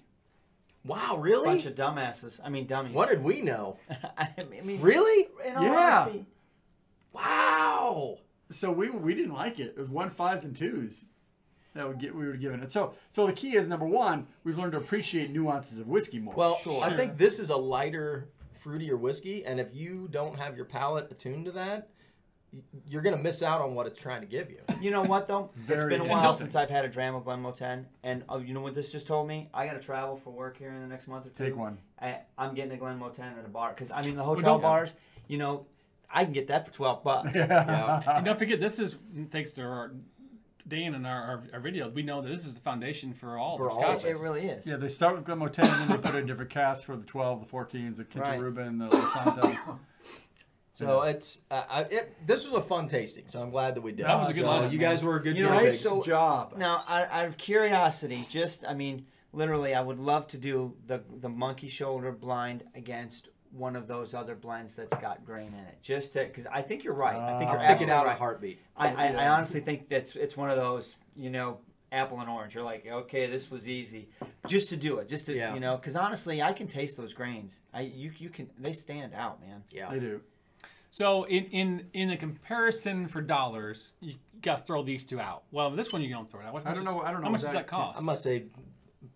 S2: Wow,
S4: bunch
S3: (laughs)
S2: really?
S4: of dumbasses. I mean dummies. (laughs)
S2: What did we know?
S5: I mean,
S3: (laughs)
S2: Really?
S5: in all
S3: Yeah.
S5: honesty,
S2: Wow.
S3: So we we didn't like it. It was one fives and twos that would get we were given it. So so the key is number one, we've learned to appreciate nuances of whiskey more.
S2: Well,
S4: Sure.
S2: I think this is a lighter, fruitier whiskey, and if you don't have your palate attuned to that, y- you're going to miss out on what it's trying to give you.
S4: You know what though? it's
S3: Very
S4: been a while
S3: interesting.
S4: since I've had a Dramo Glenmo 10, and oh, you know what this just told me? I gotta travel for work here in the next month or two.
S3: take one.
S4: I, I'm getting a Glenmo 10 at a bar because I mean the hotel
S2: don't-
S4: bars. You know, I can get that for 12 bucks.
S3: (laughs)
S1: And don't forget, this is thanks to our Dan and our, our, our video. We know that this is the foundation for all
S2: For
S1: the
S2: all of
S1: scotches.
S4: It really is.
S3: Yeah, they start with Glenmo 10 and then they put in different casts for the 12, the 14s, the
S4: Right.
S3: Kintaruba, and the
S4: (coughs)
S3: Santa.
S2: So it's uh, I, it, this was a fun tasting, so I'm glad that we did.
S1: That was a good
S2: So
S1: lineup,
S2: You
S1: man.
S2: guys were a good
S4: You
S2: guinea
S4: know, I
S3: Nice
S2: pigs.
S4: so-
S3: job.
S4: Now, out, out of curiosity, just I mean, literally, I would love to do the the monkey shoulder blind against one of those other blends that's got grain in it. Just to, because I think you're right. I think
S3: Ah.
S4: you're
S2: Pick it
S4: absolutely
S2: out in a
S4: right.
S2: heartbeat.
S4: I, I, I honestly think that's it's one of those you know apple and orange. You're like, okay, this was easy, just to do it, just to
S2: Yeah.
S4: you know, because honestly, I can taste those grains. I you you can they stand out, man.
S2: Yeah.
S3: They do.
S1: So in in in a comparison for dollars, you got to throw these two out. Well, this one you don't throw it out. What-
S3: I don't
S1: how much
S3: know-
S1: is-
S3: I don't know
S1: How much
S3: what
S1: does that
S3: that-
S1: cost?
S2: I must say,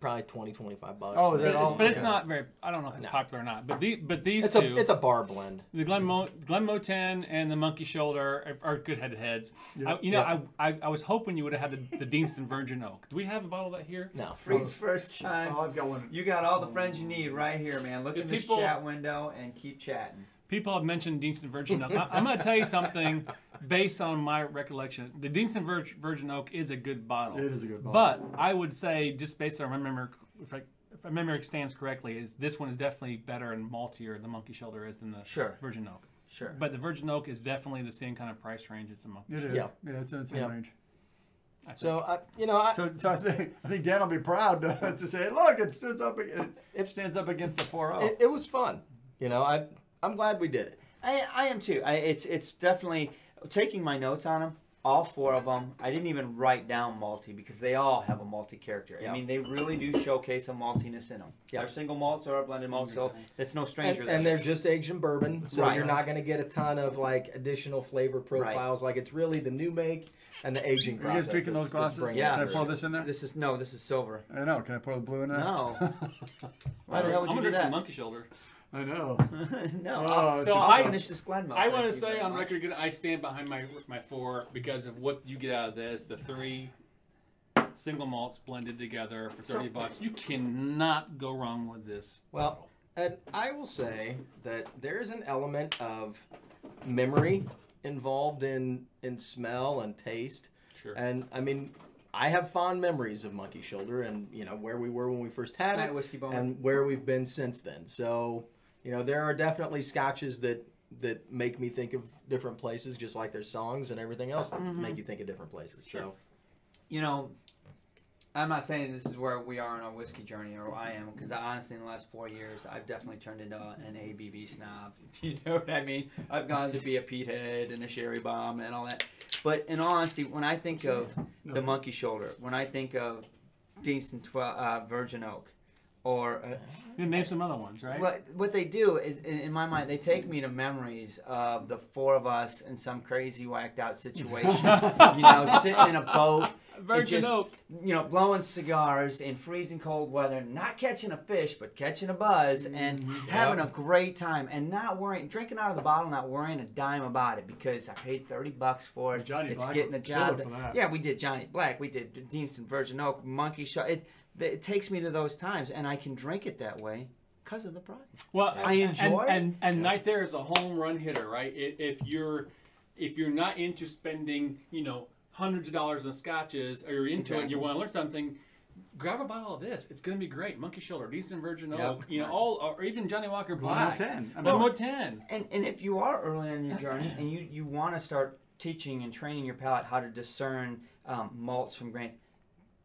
S2: probably 20, 25 bucks.
S3: Oh, is
S1: But
S3: that
S1: it's-
S3: all?
S1: but it's
S3: Yeah.
S1: not very. I don't know if it's
S2: No.
S1: popular or not. But the but these
S2: It's
S1: two.
S2: a it's a bar blend.
S1: The Glenmo, Glenmo 10 and the Monkey Shoulder are, are good head to heads. I, you know, I, I, I was hoping you would have had the, the Deanston Virgin Oak. Do we have a bottle of that here?
S2: No.
S4: Freeze first time.
S3: Oh, I've got one.
S4: You got all the friends you need right here, man. Look
S1: If
S4: in this
S1: people-
S4: chat window and keep chatting.
S1: People have mentioned Deanston Virgin Oak. I, I'm going to tell you something based on my recollection. The Deanston Vir- Virgin Oak is a good bottle.
S3: It is a good bottle.
S1: But I would say, just based on my memory, if I, if if my memory stands correctly, is this one is definitely better and maltier than Monkey Shoulder is than the
S4: Sure.
S1: Virgin Oak.
S4: Sure.
S1: But the Virgin Oak is definitely the same kind of price range as the Monkey.
S3: It is. Yeah,
S2: Yeah.
S3: it's in the same
S2: Yeah.
S3: range.
S2: So I, you know, I,
S3: So, so I think I think Dan will be proud (laughs) to, to say, look, it stands up ag- it
S2: It-
S3: stands up against the oh." 4-0.
S2: it, it was fun. You know, I I'm glad we did it.
S4: I, I am too. I, it's it's definitely taking my notes on them. All four of them. I didn't even write down malty because they all have a malty character. I
S2: Yeah.
S4: mean, they really do showcase a maltiness in them.
S2: Yeah.
S4: They're single malts or a blended malt,
S1: Mm-hmm.
S4: so that's no
S2: And,
S4: stranger.
S2: and they're just aged in bourbon, so
S4: Right.
S2: you're not going to get a ton of like additional flavor profiles. Like it's really the new make and the aging
S3: Are you
S2: process.
S3: guys drinking those
S2: that's- that's
S3: glasses?
S2: bringing
S4: Yeah.
S3: Can I
S2: it
S3: pour
S2: through.
S3: this in there?
S4: This is no. This is silver.
S3: I know. Can I pour the blue in there?
S1: (laughs)
S4: No. Why the hell
S1: I'm
S4: would
S1: gonna
S4: you do
S1: drink some
S4: that?
S1: Monkey Shoulder.
S3: I know.
S4: (laughs) no.
S3: Oh,
S4: I'll,
S1: so
S4: I'll
S1: I-
S4: finish this Glenmore.
S1: I want to say on record, again, I stand behind my my four because of what you get out of this. The three single malts blended together for thirty bucks. You cannot go wrong with this.
S2: Well, and I will say that there is an element of memory involved in in smell and taste.
S1: Sure.
S2: And I mean, I have fond memories of Monkey Shoulder and you know where we were when we first had
S4: Night
S2: it,
S4: whiskey bone.
S2: and where we've been since then. So you know there are definitely scotches that that make me think of different places, just like their songs and everything else that make you think of different places. So
S4: you know, I'm not saying this is where we are on our whiskey journey, or I am, because honestly, in the last four years, I've definitely turned into an ABV snob. (laughs) You know what I mean? I've gone to be a peat head and a sherry bomb and all that. But in all honesty, when I think of the monkey shoulder, when I think of Deanston 12, uh, Virgin Oak, or uh,
S1: You name some other ones, right?
S4: what what they do is, in, in my mind, they take me to memories of the four of us in some crazy whacked out situation. you know, sitting in a boat,
S1: Virgin
S4: just-
S1: Oak.
S4: you know, blowing cigars in freezing cold weather, not catching a fish, but catching a buzz and
S3: Mm-hmm.
S4: having a great time and not worrying, drinking out of the bottle, not worrying a dime about it because I paid 30 bucks for it.
S3: Johnny
S4: it's
S3: Black
S4: getting
S3: was
S4: the
S3: killer
S4: job.
S3: for that.
S4: Yeah, we did Johnny Black, we did Deanston Virgin Oak, Monkey Shot. It, th- it takes me to those times and I can drink it that way because of the price.
S1: Well,
S4: I
S1: and-
S4: enjoy it.
S1: and and, and Night There is a home run hitter, right? I- If you're if you're not into spending, you know, hundreds of dollars on scotches, or you're into it, and you want to learn something. Grab a bottle of this; it's going to be great. Monkey Shoulder, Decent Virgin
S2: Yep.
S1: Oak, you know, all or even Johnny Walker
S3: Glenmore
S1: Black,
S3: 10. I mean-
S1: Glenmore Ten.
S4: And, and if you are early on your journey and you, you want to start teaching and training your palate how to discern um, malts from grains,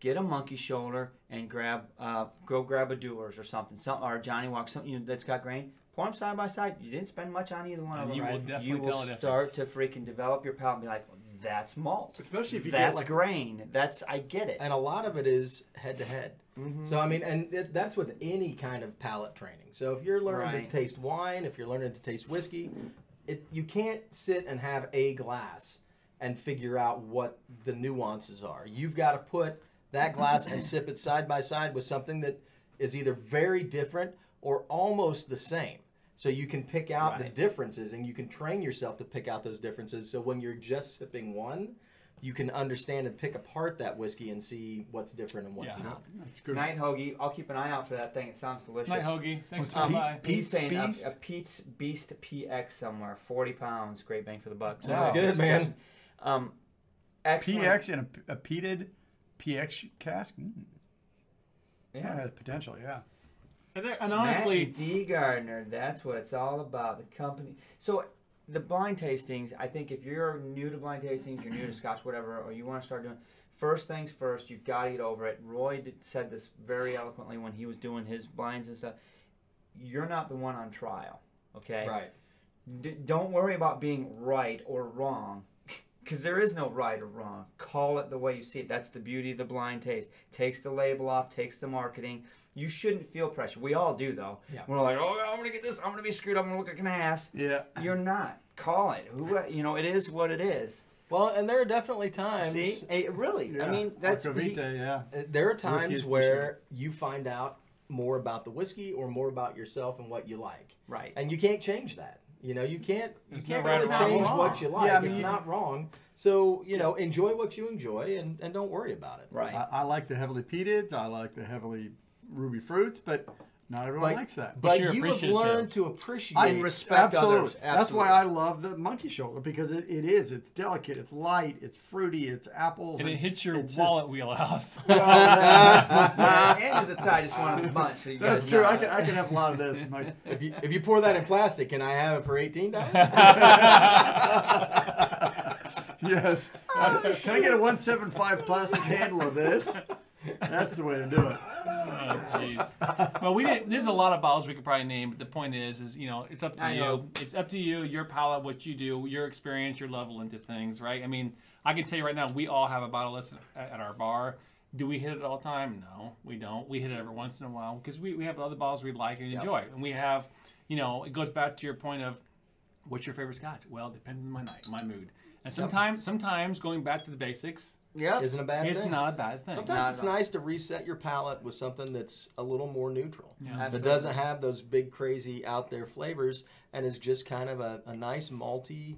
S4: get a monkey shoulder and grab uh, go grab a Dewar's or something, some or a Johnny Walker, something you know, that's got grain. Pour them side by side. You didn't spend much on either one
S1: And
S4: of them.
S1: you will
S4: right?
S1: definitely
S4: you will
S1: tell a
S4: start
S1: difference.
S4: to freaking develop your palate and be like, that's malt.
S3: Especially if you
S4: that's
S3: get like
S4: grain. That's I get it.
S2: and a lot of it is head to head. So
S4: Mm-hmm.
S2: I mean, and it, that's with any kind of palate training. So if you're learning
S4: Right.
S2: to taste wine, if you're learning to taste whiskey, it you can't sit and have a glass and figure out what the nuances are. You've got to put that glass
S4: (laughs)
S2: and sip it side by side with something that is either very different or almost the same. So you can pick out the
S4: Right.
S2: differences and you can train yourself to pick out those differences. So when you're just sipping one, you can understand and pick apart that whiskey and see what's different and what's
S1: Yeah.
S2: not.
S3: that's good.
S4: Night hoagie. I'll keep an eye out for that thing. It sounds delicious. Oh,
S1: Night Hoagie, thanks
S3: What's
S1: for coming
S3: Pete-
S1: by.
S4: He's
S3: Pete's
S4: saying a,
S3: Beast?
S4: a Pete's Beast PX somewhere, forty pounds, great bang for the buck.
S2: Sounds good, man.
S4: Um, excellent.
S3: PX in a, a peated PX cask. Mm.
S4: Yeah.
S3: Yeah, it has potential. Yeah.
S1: And, there- and
S4: Matt
S1: honestly,
S4: D. Gardner. That's what it's all about. The company. So the blind tastings. I think if you're new to blind tastings, you're new to Scotch, whatever, or you want to start doing. First things first, you've got to get over it. Roy did, said this very eloquently when he was doing his blinds and stuff. You're not the one on trial, okay?
S2: Right.
S4: D- don't worry about being right or wrong (laughs) because there is no right or wrong call it the way you see it that's the beauty of the blind taste takes the label off takes the marketing you shouldn't feel pressure we all do though
S2: Yeah.
S4: we're like oh i'm gonna get this i'm gonna be screwed i'm gonna look like an ass
S3: Yeah.
S4: you're not call it who you know it is what it is
S2: Well, and there are definitely times.
S4: see Eh, really i mean that's
S3: Vita,
S4: he-
S3: yeah.
S2: uh, There are times
S3: is the
S2: where you find out more about the whiskey or more about yourself and what you like,
S4: right
S2: and you can't change that. You know, you can't.
S1: There's
S2: you can't
S1: no right
S2: really
S1: or wrong.
S2: change
S1: It's not
S2: what you like.
S3: Yeah, I mean,
S2: it's
S3: you-
S2: not wrong. So you know, enjoy what you enjoy and,
S3: Uh,
S2: and don't worry about it.
S4: right
S3: I, I like the heavily peated. I like the heavily ruby fruits, but Not everyone
S2: But,
S3: likes that.
S2: but
S1: you're
S2: you have
S1: appreciative.
S2: learned to appreciate
S3: I
S2: (laughs) respect
S3: absolutely.
S2: others.
S3: That's why I love the monkey shoulder because it, it is. It's delicate. It's light. It's fruity. It's apples.
S1: and it hits your
S3: it's just-
S1: wallet wheelhouse.
S4: Yeah, Andrew's the tightest one of the bunch. So you
S3: that's
S4: guys
S3: true.
S4: know
S3: I
S4: it.
S3: can I can have a lot of this. in my-
S2: If you, if you pour that in plastic, can I have it for eighteen dollars?
S1: (laughs)
S3: yes. Uh, can I get a one seven five plastic handle of this? That's the way to do it.
S1: Oh, jeez. well, we didn't. There's a lot of bottles we could probably name, but the point is, is you know, it's up to
S4: I
S1: you.
S4: know.
S1: It's up to you, your palate, what you do, your experience, your level into things, right? I mean, I can tell you right now, we all have a bottle list at, at our bar. Do we hit it all the time? No, we don't. We hit it every once in a while because we, we have other bottles we like and enjoy, and we have, you know, it goes back to your point of what's your favorite scotch. Well, it depends on my night, my mood, and sometimes sometimes going back to the basics,
S4: Yep.
S2: Isn't a bad
S1: it's
S2: thing.
S1: not a bad thing.
S2: Sometimes
S4: Not
S2: it's
S4: at all.
S2: nice to reset your palate with something that's a little more neutral. That
S4: Absolutely.
S2: doesn't have those big crazy out there flavors and is just kind of a, a nice malty,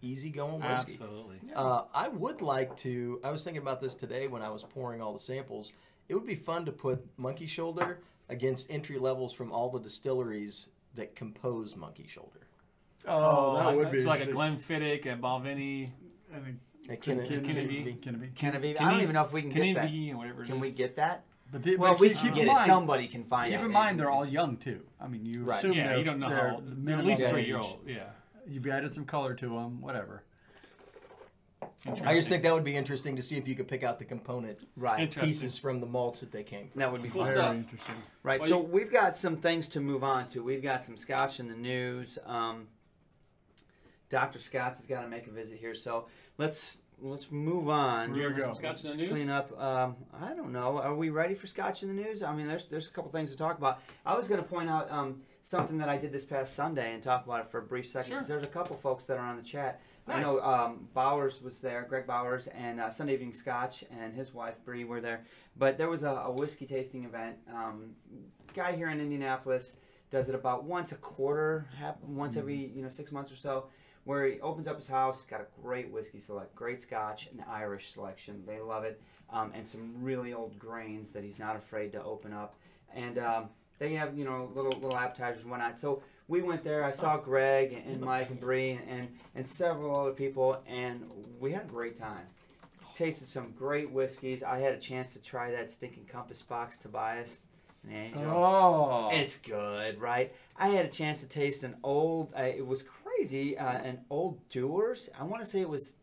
S2: easy going whiskey.
S1: Absolutely.
S2: Uh, I would like to. I was thinking about this today when I was pouring all the samples. It would be fun to put Monkey Shoulder against entry levels from all the distilleries that compose Monkey Shoulder.
S3: Oh, that
S1: like-
S3: would be
S1: It's like a
S3: interesting.
S1: Glenfiddich, a Balvenie,
S3: I mean,
S2: It
S3: can,
S2: can-
S3: can,
S2: it
S1: it
S2: can
S1: be-
S2: be-
S3: can it be?
S4: Can it be?
S1: Can
S4: I don't
S1: you-
S4: even know if we can get that.
S1: Kennedy, whatever. it
S4: Can
S1: is.
S4: we get that?
S3: But the,
S4: Well,
S3: but
S4: we
S3: keep,
S4: can
S3: keep
S4: get
S3: in
S4: it.
S3: mind,
S4: Somebody can find
S3: Keep
S4: it.
S3: in mind they're all young too. I mean, you
S2: Right.
S3: assume
S1: Yeah,
S3: they're,
S1: you don't know
S3: they're
S1: how old. At
S3: minimum
S1: least
S2: age.
S1: three year old. Yeah.
S3: You've added some color to them, whatever.
S2: I just think that would be interesting to see if you could pick out the component
S4: right.
S1: Interesting.
S2: pieces from the malts that they came from.
S4: That would be
S1: Cool
S4: fun.
S3: Very
S1: stuff.
S3: interesting.
S4: Right.
S3: Well,
S4: so
S3: you-
S4: we've got some things to move on to. We've got some scotch in the news. Um, Doctor Scotch has got to make a visit here, so let's let's move on.
S3: Here we go.
S4: Let's
S1: Scotch in the
S4: Clean
S1: news?
S4: up. Um, I don't know. Are we ready for Scotch in the news? I mean, there's there's a couple things to talk about. I was going to point out um, something that I did this past Sunday and talk about it for a brief second. 'cause
S1: Sure.
S4: There's a couple folks that are on the chat. I
S1: Nice.
S4: know um, Bowers was there, Greg Bowers, and uh, Sunday Evening Scotch and his wife Bree were there. But there was a, a whiskey tasting event. Um, guy here in Indianapolis does it about once a quarter, hap- once every you know six months or so, where he opens up his house. He's got a great whiskey select, great Scotch, an Irish selection. They love it, um, and some really old grains that he's not afraid to open up. And um, they have you know little little appetizers and whatnot. So we went there. I saw Greg and Mike and Bree and and several other people, and we had a great time tasted some great whiskeys. I had a chance to try that stinking Compass Box Tobias and Angel.
S3: Oh,
S4: It's good, right? I had a chance to taste an old. Uh, it was crazy. Uh, an old Doers. I want to say it was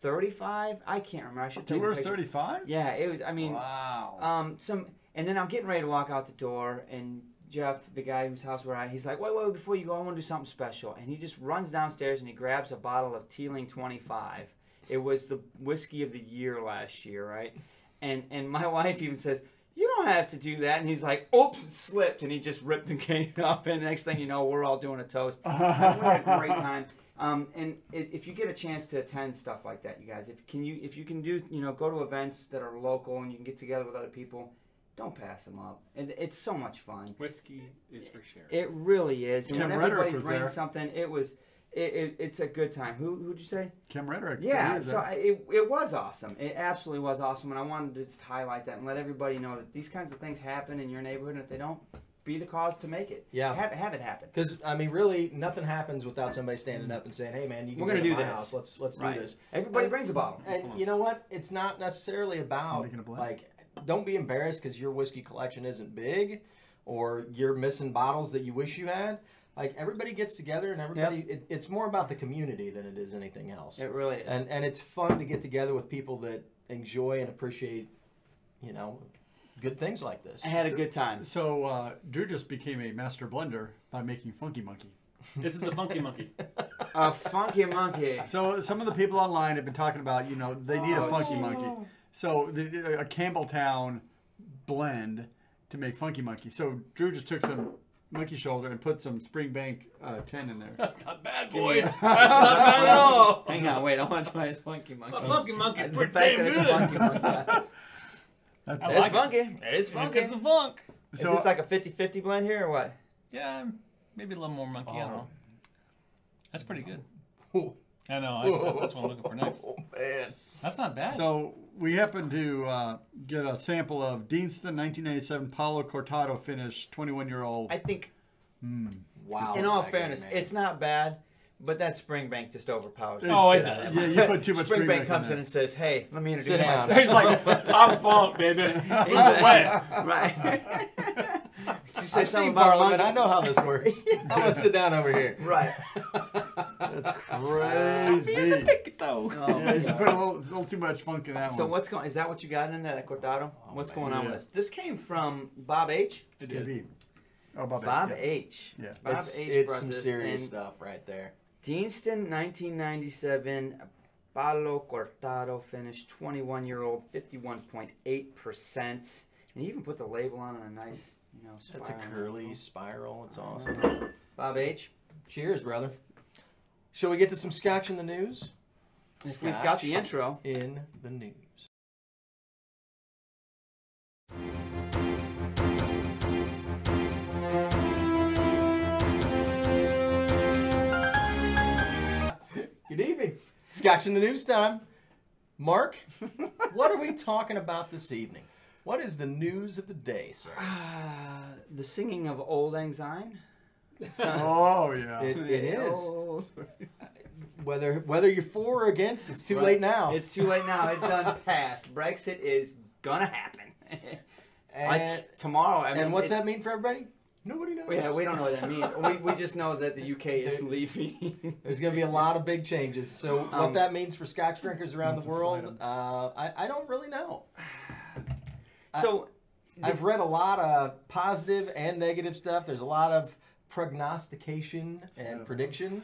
S4: thirty-five. I can't remember. I should take a
S3: Tour
S4: picture.
S3: 35?
S4: Yeah, it was. I mean,
S3: wow.
S4: um, some, and then I'm getting ready to walk out the door, and Jeff, the guy whose house we're at, he's like, "Wait, wait, before you go, I want to do something special." And he just runs downstairs and he grabs a bottle of Teeling 25. It was the whiskey of the year last year, right? And and my (laughs) wife even says, "You don't have to do that." And he's like, "Oops, it slipped," and he just ripped the (laughs) case off. And next thing you know, we're all doing a
S3: (laughs)
S4: toast. we had a great time. Um, and i- if you get a chance to attend stuff like that, you guys, if can you if you can do you know go to events that are local and you can get together with other people, don't pass them up. And it's so much fun.
S1: Whiskey is for
S4: (laughs)
S1: sharing.
S4: It really is. And
S3: Tim
S4: when
S3: Redrick
S4: everybody
S3: was
S4: brings
S3: there.
S4: something, it was it, it, it's a good time. Who who'd you say?
S3: Kim Redrick.
S4: Yeah,
S3: he was
S4: so
S3: a-
S4: I, it, it was awesome. It absolutely was awesome, and I wanted to just highlight that and let everybody know that these kinds of things happen in your neighborhood, and if they don't, be the cause to make it.
S2: Yeah.
S4: have, have it happen.
S2: Because I mean, really, nothing happens without somebody standing up and saying, "Hey, man, you can
S4: We're gonna
S2: go to
S4: do
S2: my
S4: this."
S2: House. Let's let's
S4: Right.
S2: do this."
S4: Everybody brings a bottle.
S2: And you know what? It's not necessarily about
S3: making a blend.
S2: like, don't be embarrassed because your whiskey collection isn't big, or you're missing bottles that you wish you had. Like everybody gets together and everybody. It, it's more about the community than it is anything else.
S4: It really is.
S2: and and it's fun to get together with people that enjoy and appreciate, you know, good things like this.
S4: I had a good time.
S3: so uh, Drew just became a master blender by making Funky Monkey.
S1: This is a funky monkey.
S4: A funky monkey.
S3: So some of the people online have been talking about, you know, they need
S4: Oh,
S3: a Funky Monkey. So they did a a Campbelltown blend to make Funky Monkey. So Drew just took some monkey shoulder and put some Springbank uh, 10 in there.
S1: (laughs) That's not bad, boys. That's not
S4: (laughs)
S1: bad at all.
S4: (laughs) Hang on, wait. I want to try this funky monkey.
S1: A funky monkey's
S4: uh, The
S1: pretty
S4: fact
S1: damn
S4: that
S1: good.
S4: it's funky monkey.
S3: That's-
S1: (laughs) I
S4: It's
S1: like it.
S4: funky. It's
S1: And it
S4: funky.
S1: gets some funk.
S4: Is
S3: So
S4: this like a 50-50 blend here or what?
S1: Yeah, maybe a little more monkey. I don't know. That's
S3: (laughs)
S1: pretty good.
S2: Ooh.
S1: I know. I, that's what I'm looking for next.
S2: Oh, man.
S1: That's not bad.
S3: So we happened to uh, get a sample of Deanston 1997 Paulo Cortado finish, 21 year old.
S4: I think,
S2: Wow.
S4: in all
S2: that guy
S4: fairness,
S2: made it.
S4: it's not bad, but that Springbank just overpowers it.
S1: Oh, I
S3: yeah,
S1: did.
S3: yeah, you put too much
S4: Springbank
S3: Springbank
S4: comes in
S3: in.
S4: and says, "Hey, let me introduce
S2: down.
S4: myself."
S2: (laughs)
S1: He's like, I'm funk, baby. Either way.
S4: right. (laughs) she said
S2: I've
S4: something
S2: seen
S4: about
S2: Parliament. I
S4: monkey-
S2: know how this
S4: (laughs)
S2: works. I'm gonna (laughs) sit down over here.
S4: Right.
S3: it. That's crazy. (laughs) yeah, you put a little, little too much funk in that
S4: Oh, So
S3: one. Oh,
S4: what's going? Is that what you got in there, that cortado? what's going on
S3: Yeah.
S4: with this? This came from Bob H.
S1: I
S3: Could
S1: did.
S3: be. Oh, Bob.
S4: Bob
S3: yeah.
S4: H.
S3: Yeah.
S4: Bob
S2: it's
S4: H.
S2: it's
S4: brought
S2: some
S4: this
S2: serious
S4: in.
S2: stuff right there.
S4: Deanston, 1997. Palo Cortado finished 21 year old, 51.8%. And he even put the label on in a nice, you know,
S2: That's a
S4: spiral.
S2: curly spiral. It's awesome.
S4: Bob H.
S2: Cheers, brother. Shall we get to some scotch in the news?
S4: If we've got the
S2: (laughs) Scotch
S4: intro,
S2: in the news. Good evening. Scotch in the news time. Mark, what are we talking about this evening? What is the news of the day, sir?
S4: uh, the singing of Old Lang Syne.
S2: (laughs)
S3: Oh yeah.
S2: It, it is.
S4: Old-
S2: Whether whether you're for or against, it's too late now.
S4: It's too late now. It's done (laughs) past. Brexit is gonna happen. (laughs) Like,
S2: and,
S4: tomorrow. I mean,
S2: and what's
S4: it-
S2: that mean for everybody? Nobody knows.
S4: Yeah, we don't know what that means. we, we just know that the UK is leaving. (laughs)
S2: There's going to be a lot of big changes. So
S4: Um,
S2: what that means for Scotch drinkers around the
S3: That's a flight
S2: world, uh, I, I don't really know. (laughs)
S4: so
S2: I've read a lot of positive and negative stuff. There's a lot of prognostication and prediction,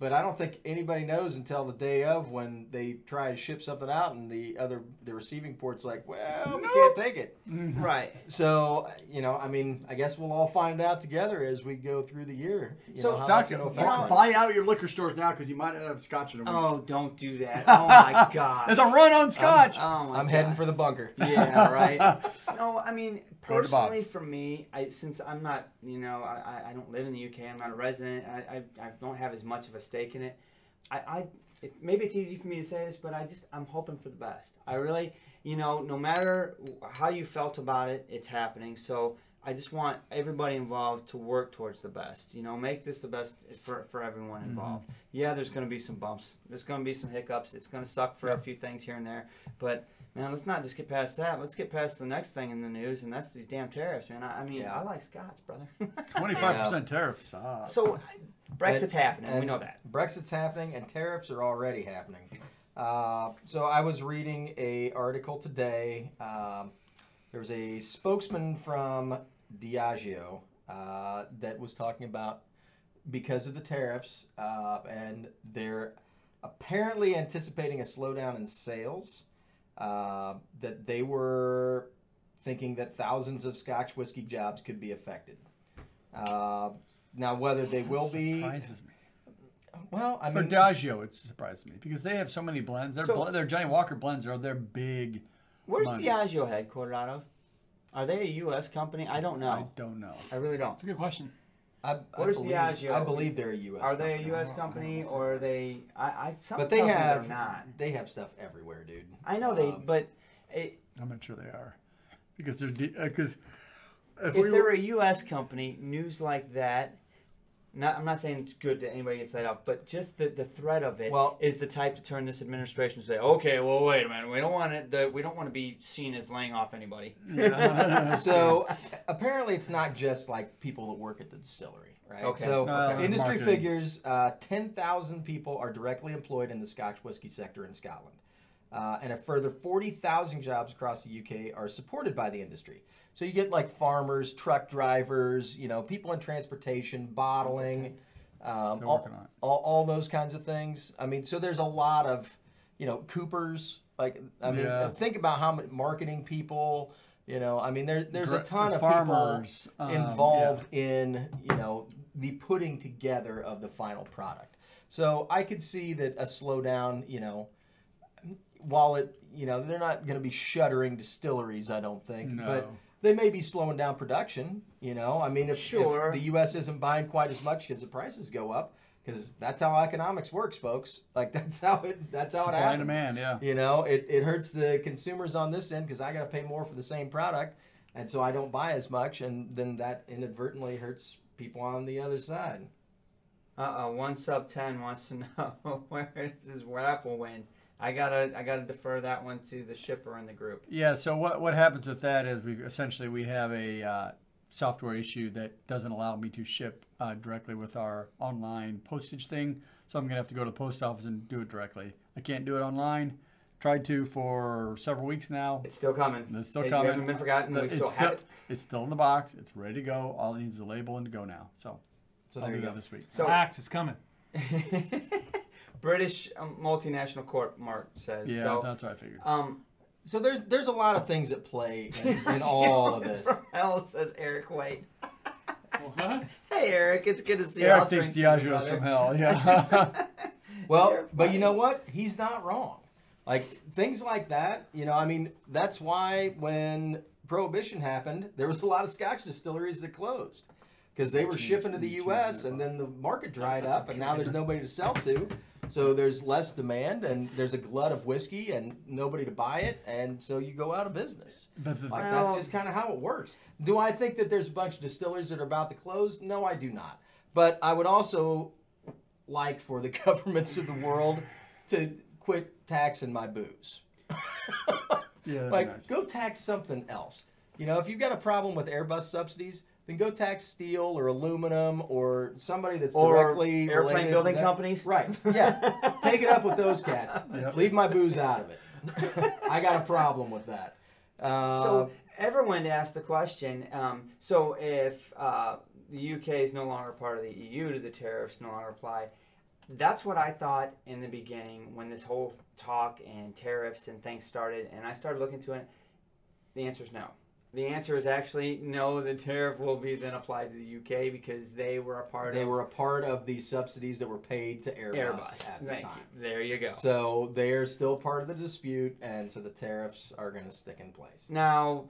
S2: but I don't think anybody knows until the day of when they try to ship something out and the other the receiving port's like, well, we can't take it.
S4: right.
S2: So you know, I mean, I guess we'll all find out together as we go through the year. You
S4: So
S2: know, how
S3: Stock
S2: that's gonna
S3: it.
S2: affect
S3: Buy
S2: us.
S3: buy out your liquor stores now because you might not have scotch in a week.
S4: Oh, don't do
S2: (laughs)
S4: that. Oh my god.
S3: It's a run
S2: Um,
S3: on scotch.
S4: oh my
S2: I'm
S4: god.
S2: heading for the bunker. (laughs)
S4: Yeah, right. No, I mean
S3: Go to Bob.
S4: personally for me, I since I'm not, you know, I, I- I don't live in the UK. I'm not a resident. I, I, I don't have as much of a stake in it. I, I it, maybe it's easy for me to say this, but I just I'm hoping for the best. I really, you know, no matter how you felt about it, it's happening. So I just want everybody involved to work towards the best. You know, make this the best for for everyone
S2: Mm-hmm.
S4: involved. Yeah, there's going to be some bumps. There's going to be some hiccups. It's going to suck for a few things here and there, but Man, let's not just get past that. Let's get past the next thing in the news, and that's these damn tariffs, man. I, I mean,
S2: Yeah. Uh,
S4: I like Scots, brother. (laughs)
S3: Twenty-five percent tariffs. Ah.
S4: so, Brexit's happening. we
S2: and
S4: know that.
S2: Brexit's happening, and tariffs are already happening. Uh, so I was reading a article today. Um, there was a spokesman from Diageo uh, that was talking about because of the tariffs, uh, and they're apparently anticipating a slowdown in sales. Uh, that they were thinking that thousands of Scotch whiskey jobs could be affected. Uh, now, whether they will be,
S3: Surprises me.
S2: well, I
S3: For
S2: mean,
S3: Diageo, it surprised me because they have so many blends. Their
S4: So-
S3: bl- their Johnny Walker blends are their big.
S4: Where's
S3: Money.
S4: Diageo headquartered out of? Are they a U.S. company? I don't
S3: I
S4: know.
S3: don't know.
S4: I really don't.
S1: It's a good question.
S2: I, I
S4: Where's
S2: believe,
S4: Diageo?
S2: I believe they're a U.S.
S4: Are they a
S2: company.
S4: U.S. company or are they? I, I something
S2: But they
S4: tells me
S2: have-
S4: they're not.
S2: They have stuff everywhere, dude.
S4: I know they,
S2: Um,
S4: but it,
S3: I'm not sure they are because they're uh, because
S4: if they're a U.S. company, news like that. Not, I'm not saying it's good that anybody gets that up, but just the, the threat of it is
S2: Well-
S4: the type to turn this administration to say, okay, well, wait a minute, we don't want it. The, we don't want to be seen as laying off anybody. (laughs)
S3: Mm.
S2: so apparently, it's not just like people that work at the distillery, right?
S4: Okay.
S2: So
S3: Well, Okay.
S2: industry
S3: marketing.
S2: figures: uh, ten thousand people are directly employed in the Scotch whiskey sector in Scotland, uh, and a further forty thousand jobs across the UK are supported by the industry. So you get like farmers, truck drivers, you know, people in transportation, bottling, um,
S3: They're
S2: all,
S3: working on it.
S2: all, all those kinds of things. I mean, so there's a lot of, you know, Coopers. Like, I mean,
S3: Yeah.
S2: think about how many marketing people. You know, I mean, there, (laughs) there's a
S3: (laughs) Gra-
S2: ton of
S3: farmers,
S2: people
S3: um,
S2: involved in you know the putting together of the final product. So I could see that a slowdown, you know, while it, you know, they're not going to be shuttering distilleries, I don't think, but
S3: No.
S2: they may be slowing down production. You know, I mean, if, if
S4: Sure.
S2: the U.S. isn't buying quite as much because the prices go up, because that's how economics works, folks. Like (laughs) that's how it that's how it
S3: Supply and
S2: happens.
S3: demand, yeah.
S2: You know, it, it hurts the consumers on this end because I got to pay more for the same product, and so I don't buy as much, and then that inadvertently hurts people on the other side.
S4: Uh-oh, Uh-uh, one sub ten wants to (laughs) know where is his raffle win. I gotta, I gotta defer that one to the shipper in the group.
S3: Yeah. So what what happens with that is we essentially we have a uh, software issue that doesn't allow me to ship uh, directly with our online postage thing. So I'm gonna have to go to the post office and do it directly. I can't do it online. Tried to for several weeks now.
S4: It's still coming.
S3: and It's still
S4: It- we
S3: coming.
S4: haven't been forgotten, we
S3: It's
S4: still have it.
S3: It's still in the box. It's ready to go. All it needs is a label and to go now. So,
S2: So
S3: I'll
S2: there
S3: do
S2: you
S3: that
S2: go.
S3: this week.
S4: So-
S1: Relax, it's
S2: (laughs)
S1: coming.
S4: (laughs) British um, multinational corp, Mark says.
S3: yeah,
S4: So,
S3: that's what I figured.
S4: um,
S2: So there's there's a lot of things at play in, in all
S4: (laughs)
S2: of this.
S4: Hell says Eric White.
S1: What?
S4: Hey Eric, it's good to see you. I'll
S3: Eric thinks
S4: drink to you,
S3: Diageo's
S4: brother.
S3: from hell. Yeah. (laughs)
S2: Well, but you know what? He's not wrong. Like things like that, you know, I mean, that's why when prohibition happened, there was a lot of Scotch distilleries that closed because they were shipping to the US and then the market dried up and now there's nobody to sell to. So there's less demand and there's a glut of whiskey and nobody to buy it and so you go out of business.
S3: But the-
S2: Like
S4: Well-
S2: that's just kind of how it works. Do I think that there's a bunch of distillers that are about to close? No, I do not. But I would also like for the (laughs) governments of the world to quit taxing my booze.
S3: yeah, that'd be
S2: Like,
S3: nice.
S2: go tax something else. You know, if you've got a problem with Airbus subsidies, then go tax steel or aluminum or somebody that's
S4: Or
S2: directly
S4: airplane
S2: related to
S4: building
S2: that.
S4: companies.
S2: Right. Yeah. Take it up with those cats.
S3: Yep.
S2: Leave my booze out of it. (laughs) I got a problem with that. Uh,
S4: So everyone asked the question. Um, so if uh, the UK is no longer part of the EU, do the tariffs no longer apply? That's what I thought in the beginning when this whole talk and tariffs and things started, and I started looking to it. The answer is no. The answer is actually no. The tariff will be then applied to the UK because they were a part
S2: They
S4: of
S2: were a part of the subsidies that were paid to Airbus,
S4: Airbus.
S2: at the
S4: Thank
S2: time.
S4: you. There you go.
S2: So they are still part of the dispute, and so the tariffs are going to stick in place.
S4: Now,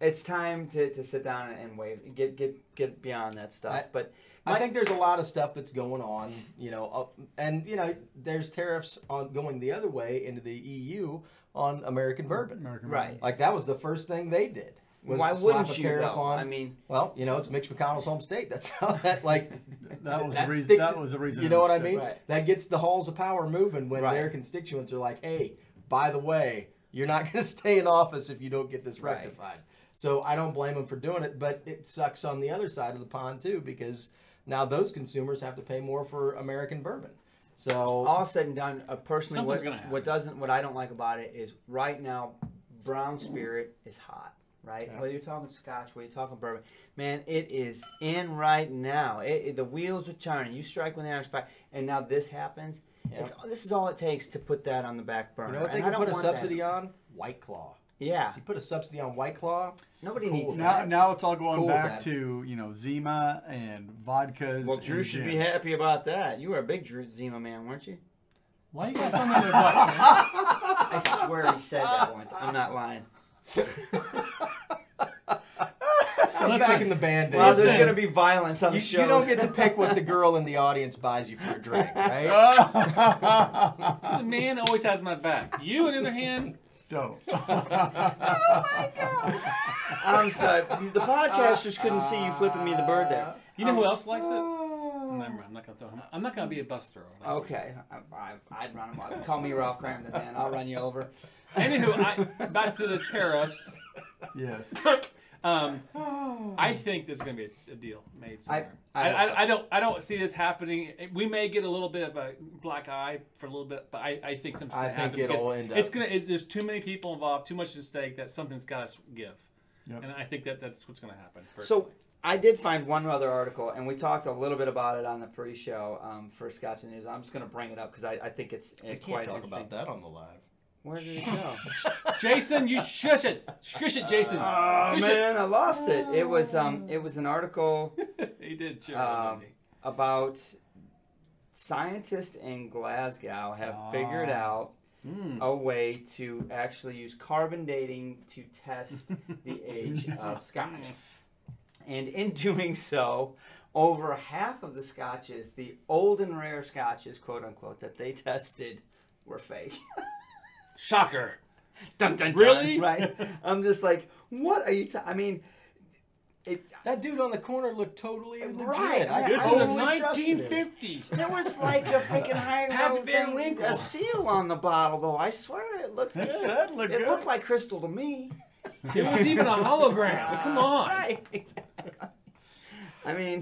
S4: it's time to, to sit down and wait. Get get get beyond that stuff.
S2: I-
S4: but
S2: I
S4: My-
S2: think there's a lot of stuff that's going on, you know, up- and you know, there's tariffs on going the other way into the EU on American bourbon.
S3: American
S4: right.
S2: Like that was the first thing they did. Was
S4: Why
S2: to slap
S4: wouldn't
S2: a
S4: you?
S2: tariff
S4: though?
S2: on?
S4: I mean,
S2: well, you know, it's Mitch McConnell's home state. That's how that like
S3: That was the
S2: That
S3: reason.
S2: sticks-
S3: That was the reason.
S2: You
S3: it
S2: know what I
S3: stuck.
S2: mean?
S4: Right.
S2: That gets the halls of power moving when
S4: Right.
S2: their constituents are like, "Hey, by the way, you're not (laughs) going to stay in office if you don't get this
S4: Right.
S2: rectified." So I don't blame them for doing it, but it sucks on the other side of the pond too because now those consumers have to pay more for American bourbon. So
S4: all said and done, uh, personally,
S1: Something's
S4: what,
S1: gonna happen.
S4: what doesn't, what I don't like about it is right now, brown spirit is hot. Right,
S2: Yeah.
S4: whether you're talking Scotch, whether you're talking bourbon, man, it is in right now. It, it- the wheels are turning. You strike when they are expired, and now this happens.
S2: Yeah.
S4: It's, this is all it takes to put that on the back burner.
S2: you know what they
S4: and I
S2: can
S4: don't
S2: put a
S4: want that.
S2: subsidy on? White Claw.
S4: Yeah,
S2: You put a subsidy on White Claw.
S4: nobody
S2: Cool.
S4: needs
S3: Now,
S4: that.
S3: now it's all going
S2: Cool,
S3: back
S2: Dad.
S3: to you know Zima and vodkas.
S4: Well, Drew
S3: and
S4: should be
S3: gins.
S4: happy about that. You were a big Drew Zima man, weren't
S2: (laughs)
S4: you?
S1: Why you got to throw me under the bus, man?
S4: I swear he said that once. I'm not lying.
S2: That was back
S1: Listen.
S2: in the band days.
S4: Well, there's
S1: Listen.
S4: gonna be violence on
S2: you,
S4: the show.
S2: you don't get
S4: (laughs)
S2: to pick what the girl in the audience buys you for a drink, right?
S4: Oh.
S1: The man always has my back. You, on the other hand,
S3: (laughs)
S2: (laughs)
S3: Dope.
S2: Oh
S4: I'm sorry. The podcasters couldn't see you flipping me the bird there.
S1: you know who else likes it? Never mind. I'm not gonna throw him. I'm not gonna be a bus thrower.
S4: Oh. Okay, I, I, I'd run him up. Call me Ralph Cramden, man. I'll run you over.
S1: (laughs)
S4: (laughs)
S1: Anywho, I, back to the
S2: (laughs)
S1: tariffs.
S3: yes.
S1: Um,
S2: Oh.
S1: I think there's going to be a, a deal made somewhere.
S4: I
S1: I,
S4: hope
S1: I,
S4: so.
S1: I, don't I don't see this happening. We may get a little bit of a black eye for a little bit, but I, I think something's
S2: I
S1: going to
S2: think
S1: happen.
S2: it'll
S1: because
S2: end up-
S1: It's gonna. It's, there's too many people involved, too much at stake that something's got to give,
S3: Yep.
S1: and I think that that's what's going to happen.
S4: So
S1: personally.
S4: I did find one other article, and we talked a little bit about it on the pre-show um, for Scotch and News. I'm just gonna bring it up because I, I think it's uh,
S2: You
S4: quite
S2: can't talk
S4: interesting.
S2: about that on the live.
S4: Where did it
S1: (laughs)
S4: go?
S1: Jason, you shush it, shush it, Jason.
S4: oh
S1: shush
S4: man, I lost it. It was um, it was an article.
S1: it. (laughs) he did. Sure,
S4: Um, about scientists in Glasgow have figured out
S1: Mm.
S4: a way to (laughs) actually use carbon dating to test the age of scotch. And in doing so, over half of the scotches, the old and rare scotches, quote unquote, that they tested were fake.
S1: Shocker.
S4: dun, dun, dun, (laughs)
S1: Really?
S4: Right. I'm just like, what are you? Ta- I mean, it,
S2: That dude on the corner looked totally legit.
S4: Right,
S2: I
S4: yeah.
S1: This is a
S2: totally trusted him.
S1: 1950.
S4: there was like a freaking high
S1: Happy Van
S4: thing,
S1: Winkle.
S4: a seal on the bottle, though. I swear it looked good.
S5: that looked
S4: it
S5: good.
S4: looked like crystal to me.
S1: It was even a hologram. Come on.
S4: Right, exactly. I mean,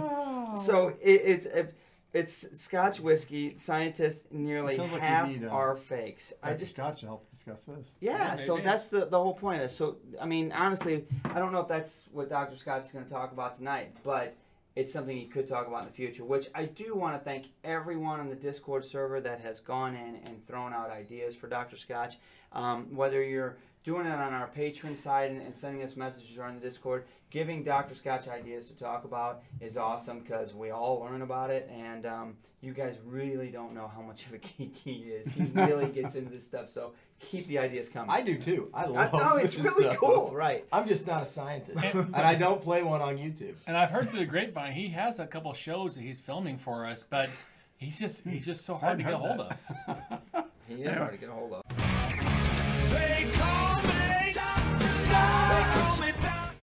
S4: so it, it's it, it's Scotch whiskey. Scientists nearly
S3: Sounds like you
S4: half
S3: need, uh,
S4: are fakes. I just
S3: got to help discuss this.
S4: yeah.
S1: Yeah,
S4: so
S1: maybe.
S4: that's the the whole point of this. So I mean, honestly, I don't know if that's what Dr. Scott's going to talk about tonight, but it's something he could talk about in the future. Which I do want to thank everyone on the Discord server that has gone in and thrown out ideas for Dr. Scotch. Um, whether you're doing it on our patron side and, and sending us messages or on the Discord, giving Dr. Scotch ideas to talk about is awesome because we all learn about it. And um, you guys really don't know how much of a (laughs) geek he is. He really gets into this stuff. So keep the ideas coming.
S2: I do too. I
S4: I
S2: love
S4: know it's
S2: this
S4: really
S2: stuff.
S4: cool, (laughs) right?
S2: I'm just not a scientist, and I don't play one on YouTube.
S1: And I've heard through the grapevine he has a couple shows that he's filming for us, but he's just he's just so hard to
S3: hadn't
S1: get a
S3: heard
S1: hold of.
S4: He is hard to get a hold of.
S3: (laughs)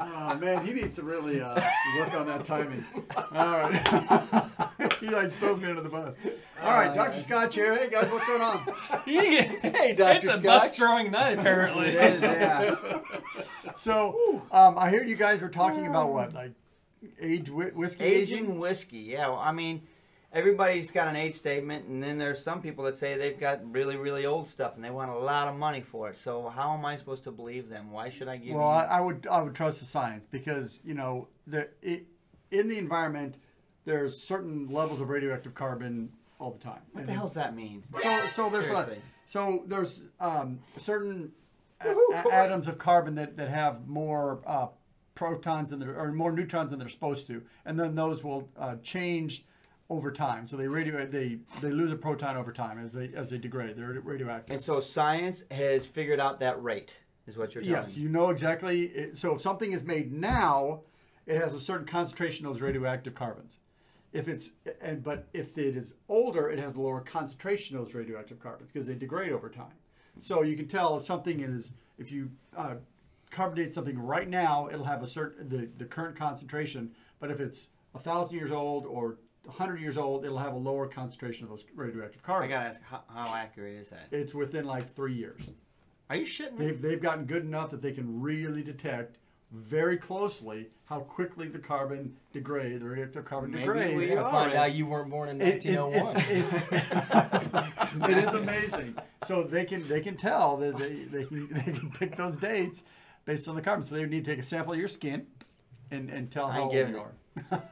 S3: Oh man, he needs to really uh, work on
S1: (laughs)
S3: that timing. All right, (laughs) he like throws me under the bus. All right, Doctor Scott here. Hey guys, what's going on?
S1: (laughs) hey,
S2: Dr.
S1: It's a
S2: Scotch.
S1: bus throwing night apparently.
S4: It is, yeah.
S3: So, um, I hear you guys were talking about what, like, age whi-
S4: (laughs)
S3: whiskey
S4: Mm. Aging whiskey, yeah. Well, I mean, everybody's got an age statement, and then there's some people that say they've got really, really old stuff and they want a lot of money for it. So how am I supposed to believe them? Why should I give?
S3: Well, I,
S4: you-
S3: I would I would trust the science because you know the it, in the environment there's certain levels of radioactive carbon all the time.
S4: what the hell's that mean?
S3: So so there's a,
S4: Seriously.
S3: so there's um, certain a- a- atoms of carbon that, that have more uh, protons than they're, or more neutrons than they're supposed to, and then those will uh, change over time. So they radio they they lose a proton over time as they as they degrade. They're radioactive.
S4: And so science has figured out that rate is what you're telling
S3: Yes,
S4: me.
S3: you know exactly. It, so if something is made now, it has a certain concentration of those radioactive carbons. If it's and but if it is older, it has a lower concentration of those radioactive carbons because they degrade over time. So you can tell if something is if you uh, carbonate something right now, it'll have a certain the, the current concentration. But if it's a thousand years old or hundred years old, it'll have a lower concentration of those radioactive
S4: I
S3: carbons.
S4: gotta ask, how, how accurate is that?
S3: It's within like three years
S4: Are you shitting me?
S3: they've, they've gotten good enough that they can really detect very closely how quickly the carbon degrades, the radioactive carbon
S4: Maybe
S3: degrades.
S4: we
S2: I
S4: are.
S2: find out you weren't born in
S3: It- it- it's-
S2: 1901.
S3: (laughs) it- it is amazing. So they can they can tell that they, they, can, (laughs) they can pick those dates based on the carbon. So they need to take a sample of your skin and, and tell
S4: I
S3: how old
S4: give
S3: you
S4: it.
S3: are.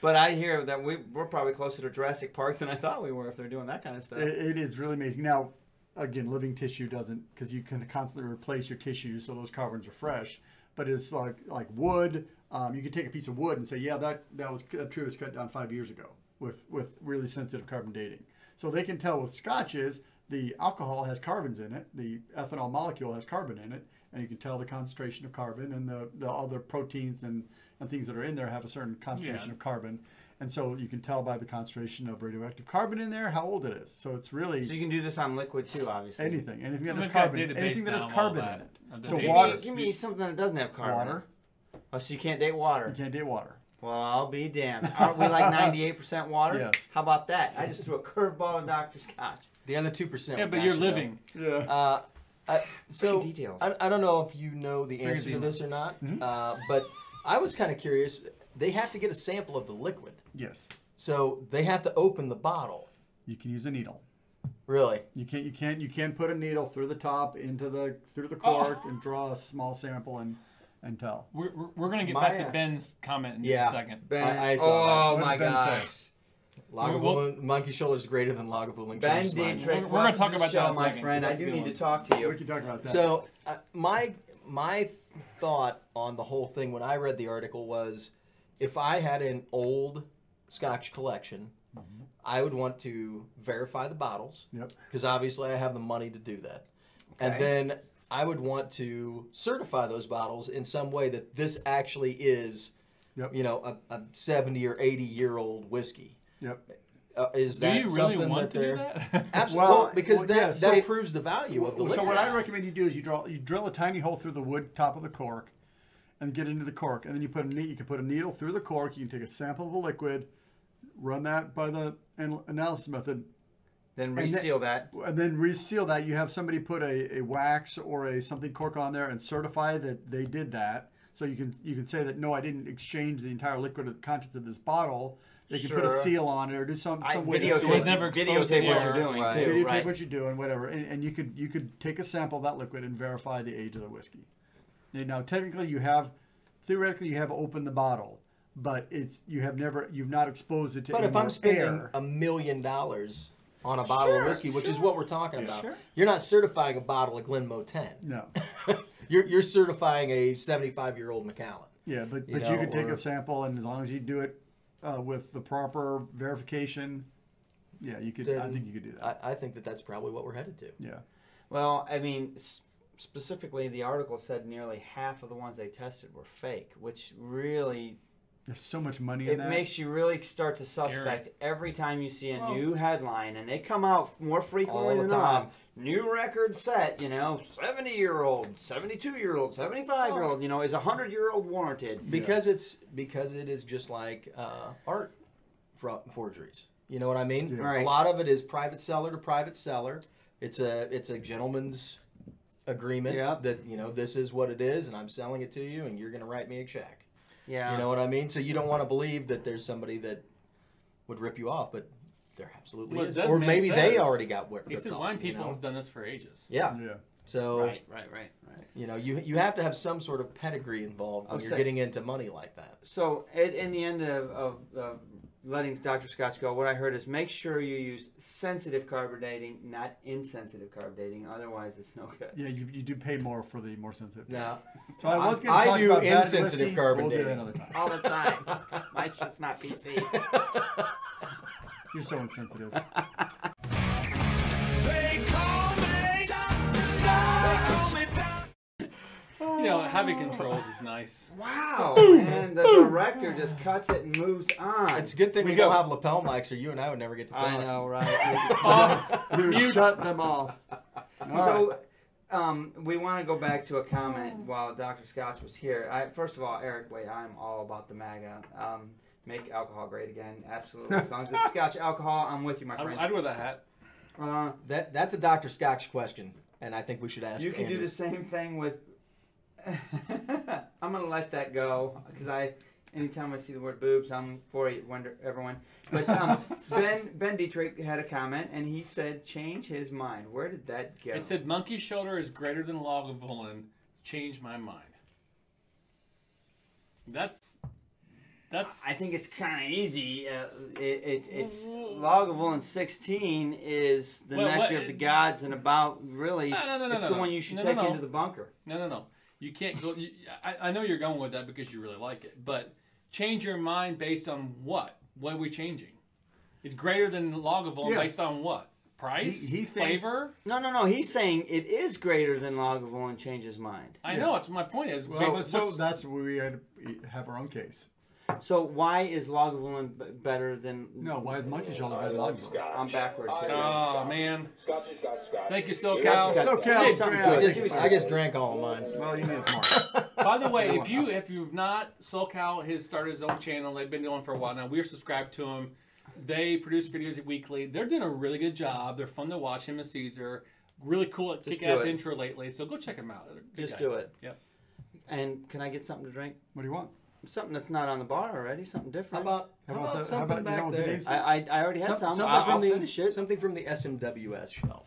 S4: But I hear that we, we're probably closer to Jurassic Park than I thought we were if they're doing that kind of stuff.
S3: It, it is really amazing. Now, again, living tissue doesn't because you can constantly replace your tissues, so those carbons are fresh. But it's like like wood. Um, you can take a piece of wood and say, yeah, that that was that tree was cut down five years ago with with really sensitive carbon dating. So they can tell with scotches the alcohol has carbons in it, the ethanol molecule has carbon in it, and you can tell the concentration of carbon and the the other proteins and and things that are in there have a certain concentration
S1: Yeah.
S3: of carbon. And so you can tell by the concentration of radioactive carbon in there how old it is. So it's really
S4: so you can do this on liquid too, obviously.
S3: anything, anything that
S1: We've
S3: has
S1: got a
S3: carbon,
S1: database
S3: anything that
S1: now
S3: has
S1: of all
S3: carbon
S1: that.
S3: in it.
S1: Of the
S3: So
S1: database.
S4: Give me-
S3: water,
S4: Give me something that doesn't have carbon.
S3: Water.
S4: Oh, so you can't date water.
S3: you can't date water.
S4: Well, I'll be damned. Aren't we
S3: (laughs)
S4: like 98% water?
S3: Yes.
S4: How about that? I just threw a curveball at Dr. Scotch.
S2: the other two percent.
S1: Yeah, but you're living.
S3: Yeah.
S2: Uh, I, so
S4: Freaking details.
S2: I, I don't know if you know the
S1: Freaking
S2: answer to
S1: details.
S2: this or not, uh, but I was kind of curious. They have to get a sample of the liquid,
S3: Yes.
S2: so they have to open the bottle.
S3: You can use a needle.
S2: Really?
S3: You can't. You can't. You can put a needle through the top into the through the
S1: Oh.
S3: cork and draw a small sample and and tell.
S1: We're, we're, we're gonna get
S2: My,
S1: back
S2: uh,
S1: to Ben's comment in
S2: yeah.
S1: just a second.
S4: Ben,
S2: I saw
S4: oh
S3: that. What
S4: my
S3: did Ben
S4: gosh.
S2: Lagavulin, monkey shoulder is greater than Lagavulin.
S4: Ben
S2: James
S4: did
S2: Mind.
S4: Drake.
S1: We're- we're gonna talk about
S4: London's
S1: that in a
S4: show, my
S1: second, 'cause
S4: friend. I
S1: that's a
S4: do
S1: good
S4: need
S1: one.
S4: to talk to
S3: We
S4: you.
S3: can talk about that.
S2: So uh, my my thought on the whole thing when I read the article was, if I had an old Scotch collection,
S1: Mm-hmm.
S2: I would want to verify the bottles
S3: Yep.
S2: because obviously I have the money to do that, and
S4: Okay.
S2: then I would want to certify those bottles in some way that this actually is,
S3: Yep.
S2: you know, a, a 70 or 80 year old whiskey.
S3: Yep.
S2: Uh, is
S1: Do
S2: that
S1: you really
S2: something
S1: want
S2: that
S1: to
S2: they're
S1: do that? (laughs)
S2: (laughs) absolutely
S3: Well,
S2: well, because
S3: well,
S2: that,
S3: yeah,
S2: that
S3: so-
S2: proves the value of the
S3: So
S2: liquor.
S3: what I recommend you do is you draw you drill a tiny hole through the wood top of the cork, and get into the cork, and then you put a ne- you can put a needle through the cork. You can take a sample of the liquid, run that by the an- analysis method,
S4: Then
S3: then-
S4: reseal that.
S3: and then reseal that. You have somebody put a, a wax or a something cork on there and certify that they did that. So you can you can say that no, I didn't exchange the entire liquid of the contents of this bottle. They can put a
S4: Sure.
S3: seal on it or do some
S4: I
S3: some way to
S4: videotape,
S3: seal it.
S1: He's never exposed
S4: videotape
S1: to
S4: what
S1: the
S4: you're
S1: air.
S4: doing
S2: Right.
S4: too,
S3: Videotape
S4: right?
S3: what you do and whatever, and, and you could you could take a sample of that liquid and verify the age of the whiskey. And Now, technically, you have theoretically you have opened the bottle, but it's you have never you've not exposed it to.
S2: But
S3: any
S2: if I'm
S3: more
S2: spending
S3: air.
S2: a million dollars on a bottle
S4: Sure,
S2: of whiskey, which is
S4: sure.
S2: what we're talking
S3: Yeah.
S2: about,
S4: Sure.
S2: you're not certifying a bottle of Glenmoe 10.
S3: no,
S2: You're, you're certifying a 75 year old Macallan.
S3: yeah, but
S2: You
S3: but
S2: know,
S3: you could take
S2: or-
S3: a sample, and as long as you do it uh, with the proper verification, yeah, you could. I
S2: Then
S3: think you could do that.
S2: I, I think that that's probably what we're headed to.
S3: yeah,
S4: Well, I mean, s- specifically, the article said nearly half of the ones they tested were fake, which really
S3: there's so much money in
S4: it
S3: that.
S4: makes you really start to suspect every time you see a new headline, and they come out more
S2: All
S4: frequently
S2: the
S4: than
S2: time.
S4: not. New record set, you know, seventy year old, seventy two year old, seventy five year old, you know, is a hundred year old warranted?
S2: because it's because it is just like uh, art fro- forgeries. You know what I mean?
S3: Yeah.
S4: Right.
S2: A lot of it is private seller to private seller. It's a it's a gentleman's agreement
S4: Yep.
S2: that you know this is what it is, and I'm selling it to you, and you're going to write me a check.
S4: yeah,
S2: You know what I mean? So you don't want to believe that there's somebody that would rip you off, but there absolutely
S1: Well,
S2: is,
S1: that's
S2: or
S1: what
S2: maybe
S1: it
S2: they
S1: says.
S2: already got ripped,
S1: Eastern
S2: off.
S1: wine
S2: you
S1: people
S2: know?
S1: have done this for ages.
S2: yeah.
S3: yeah,
S2: So
S4: right, right, right, right.
S2: you know you you have to have some sort of pedigree involved when
S4: I'll
S2: you're
S4: say-
S2: getting into money like that.
S4: So, at, in the end of, of, of letting Dr. Scotch go, what I heard is make sure you use sensitive carb dating, not insensitive carb dating. Otherwise, it's no good.
S3: yeah, you, you do pay more for the more sensitive.
S2: Now
S3: So I was going
S2: I
S3: to talk
S2: do
S3: about bad
S2: insensitive
S3: whiskey.
S2: carbon
S3: We'll do that
S2: dating.
S3: another time.
S4: All the time. (laughs) My shit's not PC.
S3: You're so insensitive.
S1: You know, having controls is (laughs) nice.
S4: Wow. And the director just cuts it and moves on.
S2: It's a good thing we,
S1: We
S2: don't
S1: go.
S2: have lapel mics, or you and I would never get to talk.
S4: I know, (laughs) right?
S1: Off.
S3: Dude,
S1: Mute.
S3: shut them off. All right.
S4: so, um, we want to go back to a comment while Dr. Scotch was here. I, first of all, Eric, wait, I'm all about the MAGA. Um, make alcohol great again. Absolutely. As long as it's Scotch alcohol, I'm with you, my
S1: I'd, (laughs)
S4: friend.
S1: I'd wear the hat.
S4: Uh,
S2: That that's a Dr. Scotch question, and I think we should ask.
S4: you can do
S2: Andrew.
S4: the same thing with. (laughs) I'm gonna let that go because I, anytime I see the word boobs, I'm for it. Wonder everyone,
S1: (laughs)
S4: but um, Ben Ben Dietrich had a comment and he said change his mind. Where did that go?
S1: It said monkey shoulder is greater than Lagavulin. Change my mind. That's that's.
S4: I think it's kind of easy. Uh, it, it, it's Lagavulin 16 is
S1: Mm-hmm.
S4: the
S1: Well,
S4: nectar
S1: what-
S4: of the gods and about really
S1: No, no, no, no,
S4: it's
S1: no,
S4: the
S1: no.
S4: one you should
S1: No, no,
S4: take
S1: no.
S4: into the bunker.
S1: No, no, no. You can't go. You, I, I know you're going with that because you really like it, but change your mind based on what? What are we changing? It's greater than Lagavulin
S3: Yes.
S1: based on what? Price?
S3: He- he thinks-
S1: flavor?
S4: No, no, no. He's saying it is greater than Lagavulin. Change his mind.
S1: I know. It's my point is.
S3: Well,
S1: what's-
S3: so, so
S1: what's-
S3: that's where we had to have our own case.
S4: So why is Lagavulin b- better than?
S3: No, why is monkey shoulder better than
S6: love
S3: lung?
S6: Scotch.
S4: I'm backwards
S6: I
S4: here.
S6: love
S1: oh
S6: Scotch.
S1: man.
S6: Scotch, Scotch, Scotch.
S1: Thank you, SoCal.
S6: Scotch, Scotch,
S3: SoCal,
S6: Scotch.
S3: Hey, something
S2: I
S3: good.
S2: just,
S3: Yeah.
S2: I just drank all of mine.
S3: Well, you need
S6: (laughs)
S3: it smart.
S1: By the way, if
S3: (laughs)
S1: you if you've not, SoCal has started his own channel. They've been doing for a while now. We're subscribed to them. They produce videos weekly. They're doing a really good job. They're fun to watch. Him and Caesar, really cool at
S4: Just
S1: kick-ass
S4: do it.
S1: intro lately. So go check them out. They're good
S4: Just do
S1: guys.
S4: it.
S1: Yep.
S4: And can I get something to drink?
S3: What do you want?
S4: Something that's not on the bar already. Something
S2: How
S4: different.
S2: about how,
S3: How
S2: about,
S3: about the- how about,
S2: something
S3: you
S2: back
S3: know,
S2: there?
S3: today's-
S4: I, I, I already had
S2: Some-
S4: some.
S2: something
S4: I'll, I'll
S2: from the
S4: finish it.
S2: something from the SMWS shelf.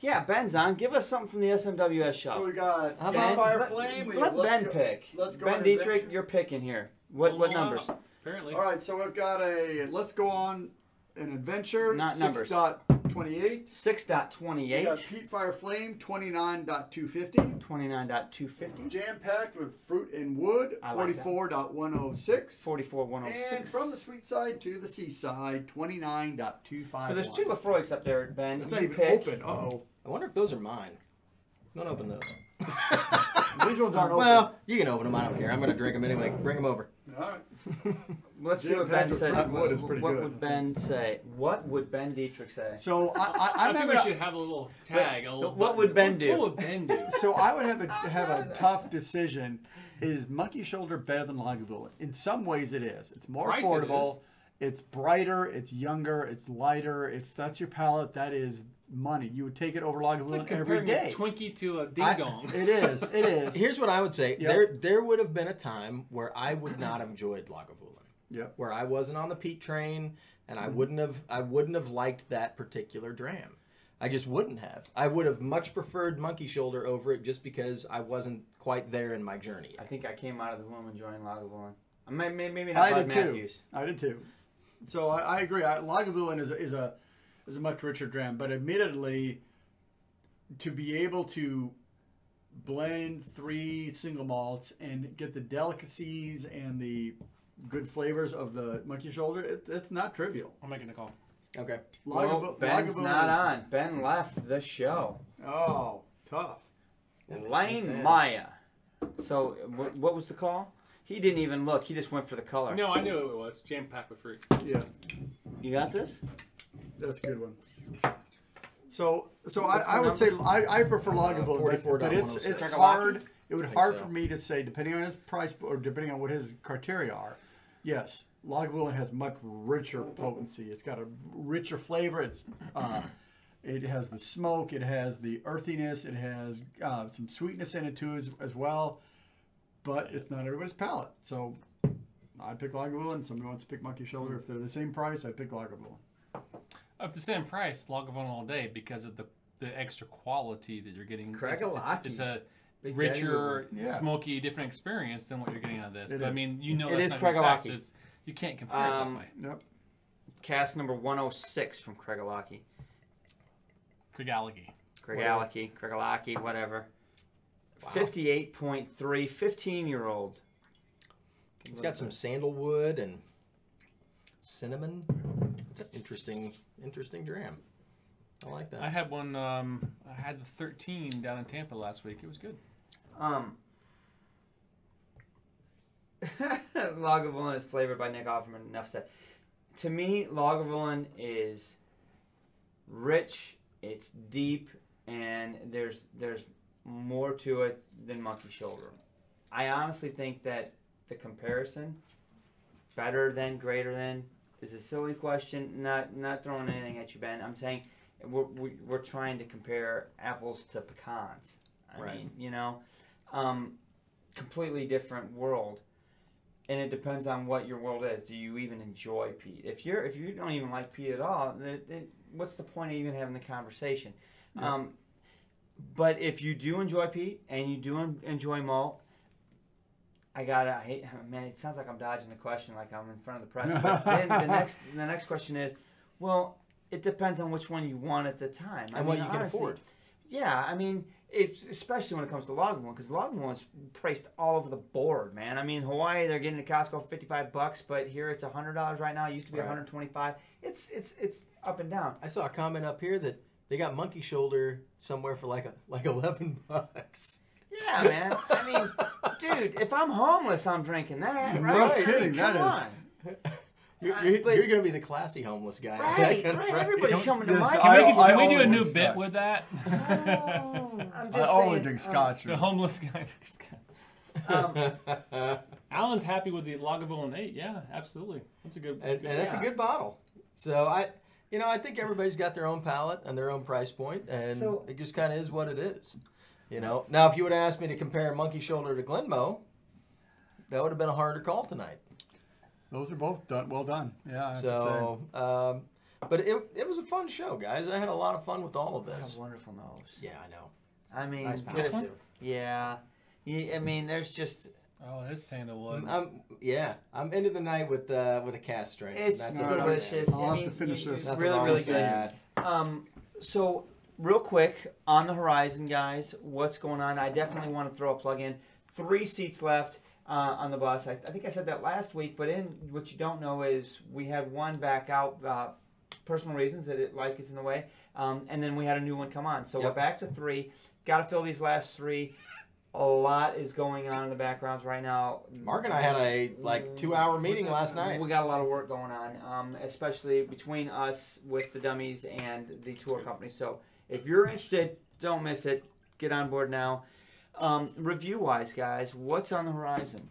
S4: Yeah, Ben's on. Give us something from the SMWS shelf.
S6: So we got
S2: How about-
S6: Campfire
S4: let,
S6: Flame. We-
S4: let
S6: let's
S4: Ben
S6: go-
S4: pick.
S6: Let's go.
S4: ben
S6: in
S4: Dietrich,
S6: adventure.
S4: you're picking here. What what
S1: Well,
S4: numbers?
S1: Apparently.
S6: All right, so we've got a. Let's go on an adventure.
S4: Not numbers.
S6: Dot twenty-eight.
S4: Six dot
S6: We
S4: twenty-eight.
S6: got Peat Fire Flame twenty-nine dot two fifty.
S4: Twenty-nine dot two fifty.
S6: Jam packed with fruit and wood.
S4: I like that.
S6: Forty-four dot one oh six.
S4: Forty-four one oh
S6: And
S4: six.
S6: from the sweet side to the seaside, twenty-nine dot two five.
S4: So there's two Lafroigs up there, Ben.
S6: It's
S4: You
S6: not even
S4: pick.
S6: open. Uh oh.
S2: I wonder if those are mine. Don't open those.
S3: These ones aren't open.
S2: Well, you can open them. I don't care. I'm going to drink them anyway. Bring them over.
S3: All right.
S4: Let's see
S3: Jim
S4: what Ben
S3: Patrick
S4: said.
S3: Frank Wood is
S4: What-
S3: pretty
S4: what
S3: good.
S4: would Ben say? What would Ben Dietrich say?
S3: So I, I,
S1: I
S3: I'm
S1: think
S3: having
S1: we
S3: a-
S1: should have a little tag. a little
S4: what
S1: button.
S4: would Ben do?
S1: What would Ben (laughs) do?
S3: so I would have a have a tough decision. Is monkey shoulder better than Lagavulin? In some ways, it is. It's more
S1: Price it
S3: affordable.
S1: is.
S3: It's brighter. It's younger. It's lighter. If that's your palate, that is money. You would take it over
S1: It's
S3: Lagavulin
S1: like
S3: every
S1: comparing
S3: day.
S1: a Twinkie to a ding
S3: I-
S1: dong.
S3: it is.
S1: (laughs)
S3: It is.
S2: Here's what I would say.
S3: Yeah.
S2: There, there would have been a time where I would not have enjoyed Lagavulin.
S3: Yeah.
S2: Where I wasn't on the Pete train, and I wouldn't have, I wouldn't have liked that particular dram. I just wouldn't have. I would have much preferred Monkey Shoulder over it, just because I wasn't quite there in my journey.
S4: I think I came out of the womb enjoying Lagavulin. I may- may- Maybe not
S3: I
S4: Bud
S3: did too.
S4: Matthews.
S3: I did too. So I, I agree. I, Lagavulin is a, is a is a much richer dram, but admittedly, to be able to blend three single malts and get the delicacies and the good flavors of the monkey shoulder, it, it's not trivial.
S1: I'm making a call.
S2: Okay.
S4: Well,
S3: Lagavu-
S4: Ben's not
S3: is-
S4: on. Ben left the show.
S3: Oh, tough.
S4: Lane Maya. So what, what was the call? He didn't even look. He just went for the color.
S1: No, I knew it was jam packed with fruit.
S3: Yeah,
S4: You got this?
S3: that's a good one. So, so I,
S4: What's the
S3: I would say I, I prefer Lagavulin, but, but it's
S2: 44.106.
S3: it's
S2: Like
S4: a
S3: hard. It would
S2: think
S3: hard
S2: so.
S3: for me to say depending on his price or depending on what his criteria are. Yes, Lagavulin has much richer potency. It's got a richer flavor. It's uh, it has the smoke. It has the earthiness. It has uh, some sweetness in it too as, as well. But it's not everybody's palate. So I'd pick Lagavulin. Somebody wants to pick Monkey Shoulder. If they're the same price, I'd pick Lagavulin.
S1: At the same price, Lagavulin all day because of the the extra quality that you're getting. It's, it's,
S4: Craig-a-locky.
S1: it's a
S2: Big
S1: richer,
S3: Daddy River. Yeah.
S1: smoky, different experience than what you're getting out of this.
S3: It
S1: but I
S3: is.
S1: mean, you know
S4: It
S1: that's not
S4: is
S1: gonna be facts.
S4: Craig-a-locky.
S1: It's- You can't compare it
S4: Um,
S1: that way.
S3: Yep.
S4: Cast number 106 from Kregalaki.
S1: Craigallachie.
S4: Kregalaki, Kregalaki, whatever. 58.3, 15 year old.
S2: It's got some sandalwood and cinnamon. It's an interesting, interesting dram. I like that.
S1: I had one. Um, I had the 13 down in Tampa last week. It was good.
S4: Um. (laughs) Lagavulin is flavored by Nick Offerman. Enough said. To me, Lagavulin is rich. It's deep, and there's there's more to it than Monkey Shoulder. I honestly think that the comparison, better than, greater than, is a silly question. Not not throwing anything at you, Ben. I'm saying we're we- we're trying to compare apples to pecans. I
S2: Right.
S4: mean, you know, um, completely different world. And it depends on what your world is. Do you even enjoy Pete? If you're if you don't even like Pete at all, then then what's the point of even having the conversation? Um, but if you do enjoy Pete and you do en- enjoy malt, I gotta I hate (laughs) man. It sounds like I'm dodging the question, like I'm in front of the press.
S2: (laughs)
S4: But then the next the next question is, well, it depends on which one you want at the time. I
S2: and what
S4: mean,
S2: you can
S4: honestly,
S2: afford.
S4: yeah, I mean, it's, especially when it comes to Lagavulin, because Lagavulin priced all over the board, man. I mean, Hawaii they're getting it at Costco for fifty-five bucks, but here it's hundred dollars right now. It used to be
S2: Right.
S4: one hundred twenty-five. It's it's it's up and down.
S2: I saw a comment up here that they got monkey shoulder somewhere for like a, like eleven (laughs) bucks.
S4: Yeah, man. I mean, dude, if I'm homeless, I'm drinking that, right? I mean,
S3: kidding, that
S4: come
S3: is- (laughs)
S4: on.
S2: You're,
S4: Uh,
S2: you're,
S4: but-
S2: you're gonna be the classy homeless guy. (laughs)
S4: Right, right. Everybody's coming to
S3: This-
S4: my.
S1: Can
S3: I-
S1: we,
S4: I,
S1: can
S3: I
S1: we do a
S3: always
S1: new
S3: drink
S1: bit
S3: scotch.
S1: with that? (laughs)
S3: (laughs)
S4: am
S3: I
S4: Oh. just
S3: only
S4: saying,
S3: drink
S4: um, (laughs)
S3: scotch.
S1: the homeless guy. (laughs)
S3: (laughs)
S4: Um,
S2: and,
S1: Alan's happy with the Lagavulin 8. Yeah, absolutely. That's a good.
S2: (laughs) and
S1: good-
S2: that's a
S4: Yeah.
S2: good bottle. So I, you know, I think everybody's got their own palate and their own price point, and
S4: So-
S2: it just kind of is what it is. You know. Now, if you would have asked me to compare monkey shoulder to Glenmo, that would have been a harder call tonight.
S3: Those are both done. Well done. Yeah. I have to
S2: So, um, but it, it was a fun show, guys. I had a lot of fun with all of
S4: what
S2: this.
S4: a wonderful nose.
S2: Yeah, I know.
S4: I mean,
S2: Nice
S4: just,
S2: palate.
S4: yeah. yeah. I mean, there's just
S1: oh, it is sandalwood.
S2: I'm, Um, yeah, I'm into the night with uh, with a cast strength.
S4: It's
S3: all right.
S4: delicious.
S3: I'll
S4: I
S3: have
S4: mean,
S3: to finish
S4: you-
S3: this.
S4: It's really, really good.
S2: sad.
S4: Um, so real quick on the horizon, guys, what's going on? I definitely want to throw a plug in. Three seats left uh, on the bus. I, I think I said that last week, but in what you don't know is we had one back out. Uh, personal reasons that it life gets in the way um, and then we had a new one come on so
S2: Yep.
S4: we're back to three Got to fill these last three. A lot is going on in the backgrounds right now.
S2: Mark and I had a like
S4: Mm,
S2: two hour meeting last night.
S4: We got a lot of work going on, um, especially between us with the dummies and the tour company. So if you're interested, don't miss it. Get on board now. Um, review wise, guys, what's on the horizon?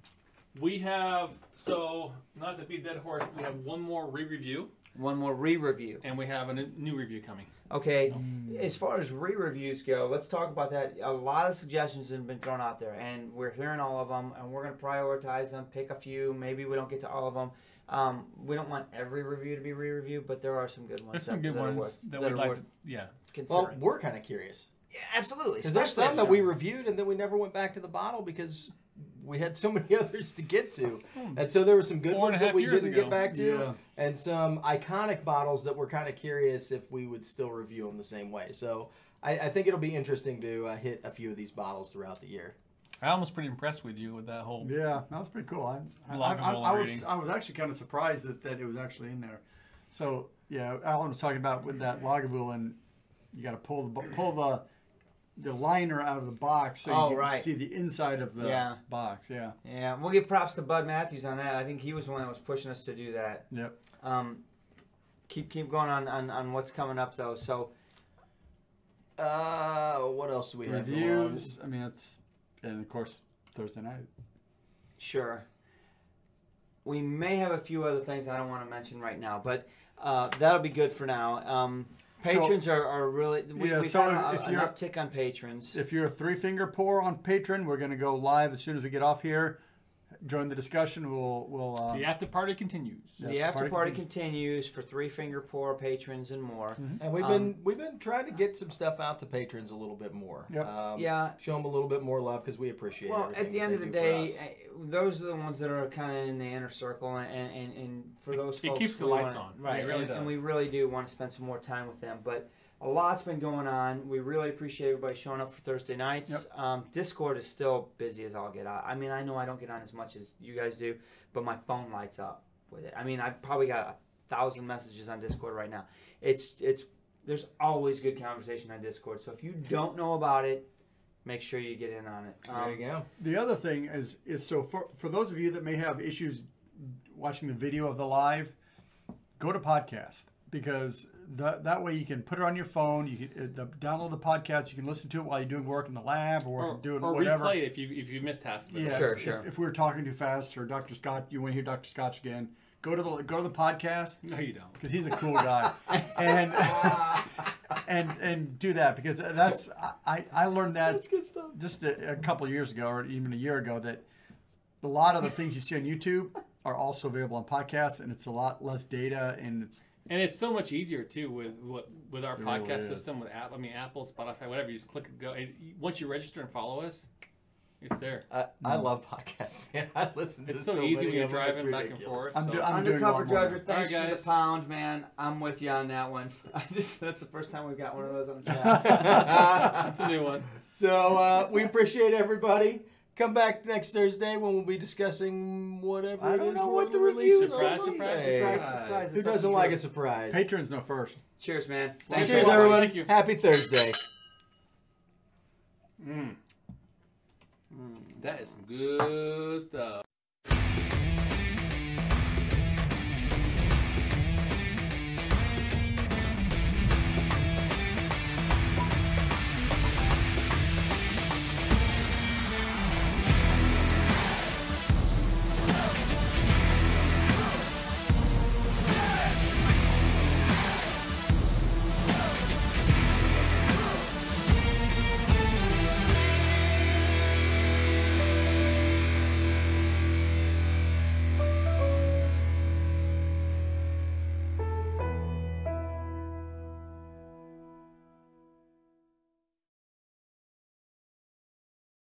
S1: We have so not to be a dead horse. We have one more re-review,
S4: One more re review.
S1: and we have a n- new review coming.
S4: Okay,
S1: Mm.
S4: as far as re-reviews go, let's talk about that. A lot of suggestions have been thrown out there, and we're hearing all of them, and we're going to prioritize them, pick a few. Maybe we don't get to all of them. Um, we don't want every review to be re-reviewed, but there are some good ones.
S1: There's some
S4: that-
S1: good
S4: that are
S1: ones
S4: worth-
S1: that we'd
S4: are
S1: like. To,
S4: worth
S1: yeah,
S4: considering.
S2: Well, we're kind of curious.
S4: yeah, absolutely.
S2: Because there's
S4: especially
S2: some
S4: if
S2: that we
S4: you're-
S2: reviewed and then we never went back to the bottle because we had so (laughs) many others to get to. And so there were some good
S1: Four and
S2: ones
S1: a
S2: that
S1: half
S2: we
S1: years
S2: didn't
S1: ago.
S2: get back to
S3: Yeah.
S2: and some iconic bottles that we're kind of curious if we would still review them the same way. So I, I think it'll be interesting to uh, hit a few of these bottles throughout the year.
S1: I was pretty impressed with you with that whole.
S3: Yeah, that was pretty cool. I, I, I,
S1: Log
S3: I,
S1: wall
S3: I was
S1: reading.
S3: I was actually kind of surprised that, that it was actually in there. So yeah, Alan was talking about with that Lagavulin, and you got to pull the bo- pull the the liner out of the box so you
S4: Oh,
S3: can
S4: right.
S3: see the inside of the
S4: Yeah.
S3: box. Yeah.
S4: Yeah, we'll give props to Bud Matthews on that. I think he was the one that was pushing us to do that.
S3: Yep.
S4: Um, keep keep going on, on, on what's coming up though. So
S2: Uh, what else do we have? going on?
S3: Reviews. I mean, it's and of course Thursday night.
S4: Sure. We may have a few other things I don't want to mention right now, but uh, that'll be good for now. Um, patrons are, are really we,
S3: Yeah,
S4: we've
S3: so
S4: had a,
S3: if
S4: an
S3: you're-
S4: uptick on patrons.
S3: If you're a three finger pour on Patreon, we're gonna go live as soon as we get off here. Join the discussion. We'll we'll. Um,
S1: The after party continues.
S4: the after party, continues for three finger pour patrons and more.
S3: Mm-hmm.
S2: And we've
S4: Um,
S2: been we've been trying to get some stuff out to patrons a little bit more.
S3: Yep.
S2: Um,
S4: Yeah.
S2: Show them a little bit more love because we appreciate.
S4: Well,
S2: everything
S4: at the
S2: that
S4: end
S2: they
S4: of the
S2: do for us.
S4: day, eh, those are the ones that are kind of in the inner circle, and, and, and for those
S1: it
S4: folks,
S1: keeps the
S4: we
S1: lights
S4: wanna-
S1: on. It
S4: right?
S1: really
S4: and, and
S1: does.
S4: we really do want to spend some more time with them. But a lot's been going on. We really appreciate everybody showing up for Thursday nights. Um, Discord is still busy as all get out. I mean, I know I don't get on as much as you guys do, but my phone lights up with it. I mean, I've probably got a thousand messages on Discord right now. It's it's there's always good conversation on Discord. So if you don't know about it, make sure you get in on it. Um,
S2: there you go.
S3: The other thing is is so for for those of you that may have issues watching the video of the live, go to podcast because that that way you can put it on your phone. You can uh, the, download the podcast. You can listen to it while you're doing work in the lab or,
S1: Or,
S3: doing
S1: or
S3: whatever.
S1: replay it if you if you missed half of it.
S3: Yeah,
S4: Sure,
S3: if,
S4: sure.
S3: If, if we were talking too fast or Dr. Scott, you want to hear Dr. Scotch again? Go to the go to the podcast
S1: (laughs) No, you don't.
S3: because he's a cool
S4: (laughs)
S3: guy, and (laughs)
S4: um,
S3: and and do that because that's I I learned that just a, a couple of years ago or even a year ago that a lot of the things you see on YouTube are also available on podcasts and it's a lot less data and it's
S1: And it's so much easier too with what with our
S3: It really
S1: podcast
S3: is.
S1: system with app. I mean, Apple, Spotify, whatever. You just click and go. And you- once you register and follow us, it's there.
S2: (laughs) I, I love podcasts, (laughs) man. I listen to
S1: Mm. It's
S2: so,
S1: so easy
S2: many
S1: when you're
S2: of them, it's
S1: driving back and
S2: ridiculous.
S1: forth.
S3: I'm,
S1: so.
S3: do, I'm doing a
S4: Undercover
S3: lot more.
S4: Judger, thanks
S1: All right,
S4: for the
S1: guys.
S4: pound, man. I'm with you on that one. (laughs) I just that's the first time we've got one of those on the
S1: (laughs)
S4: chat.
S1: That's a new one.
S2: So uh, we appreciate everybody. Come back next Thursday when we'll be discussing whatever
S4: I
S2: it
S4: don't
S2: is
S4: know
S2: we're
S4: what the
S2: gonna release
S4: reviews
S1: Surprise,
S2: on Monday.
S1: surprise,
S4: surprise,
S1: Hey.
S4: surprise.
S2: Who
S4: It's
S2: doesn't
S4: something
S2: like
S4: good.
S2: a surprise?
S3: Patrons know first.
S4: Cheers, man.
S2: Cheers,
S4: Thanks for watching.
S2: everyone.
S1: Thank you.
S2: Happy Thursday.
S1: That is some good stuff.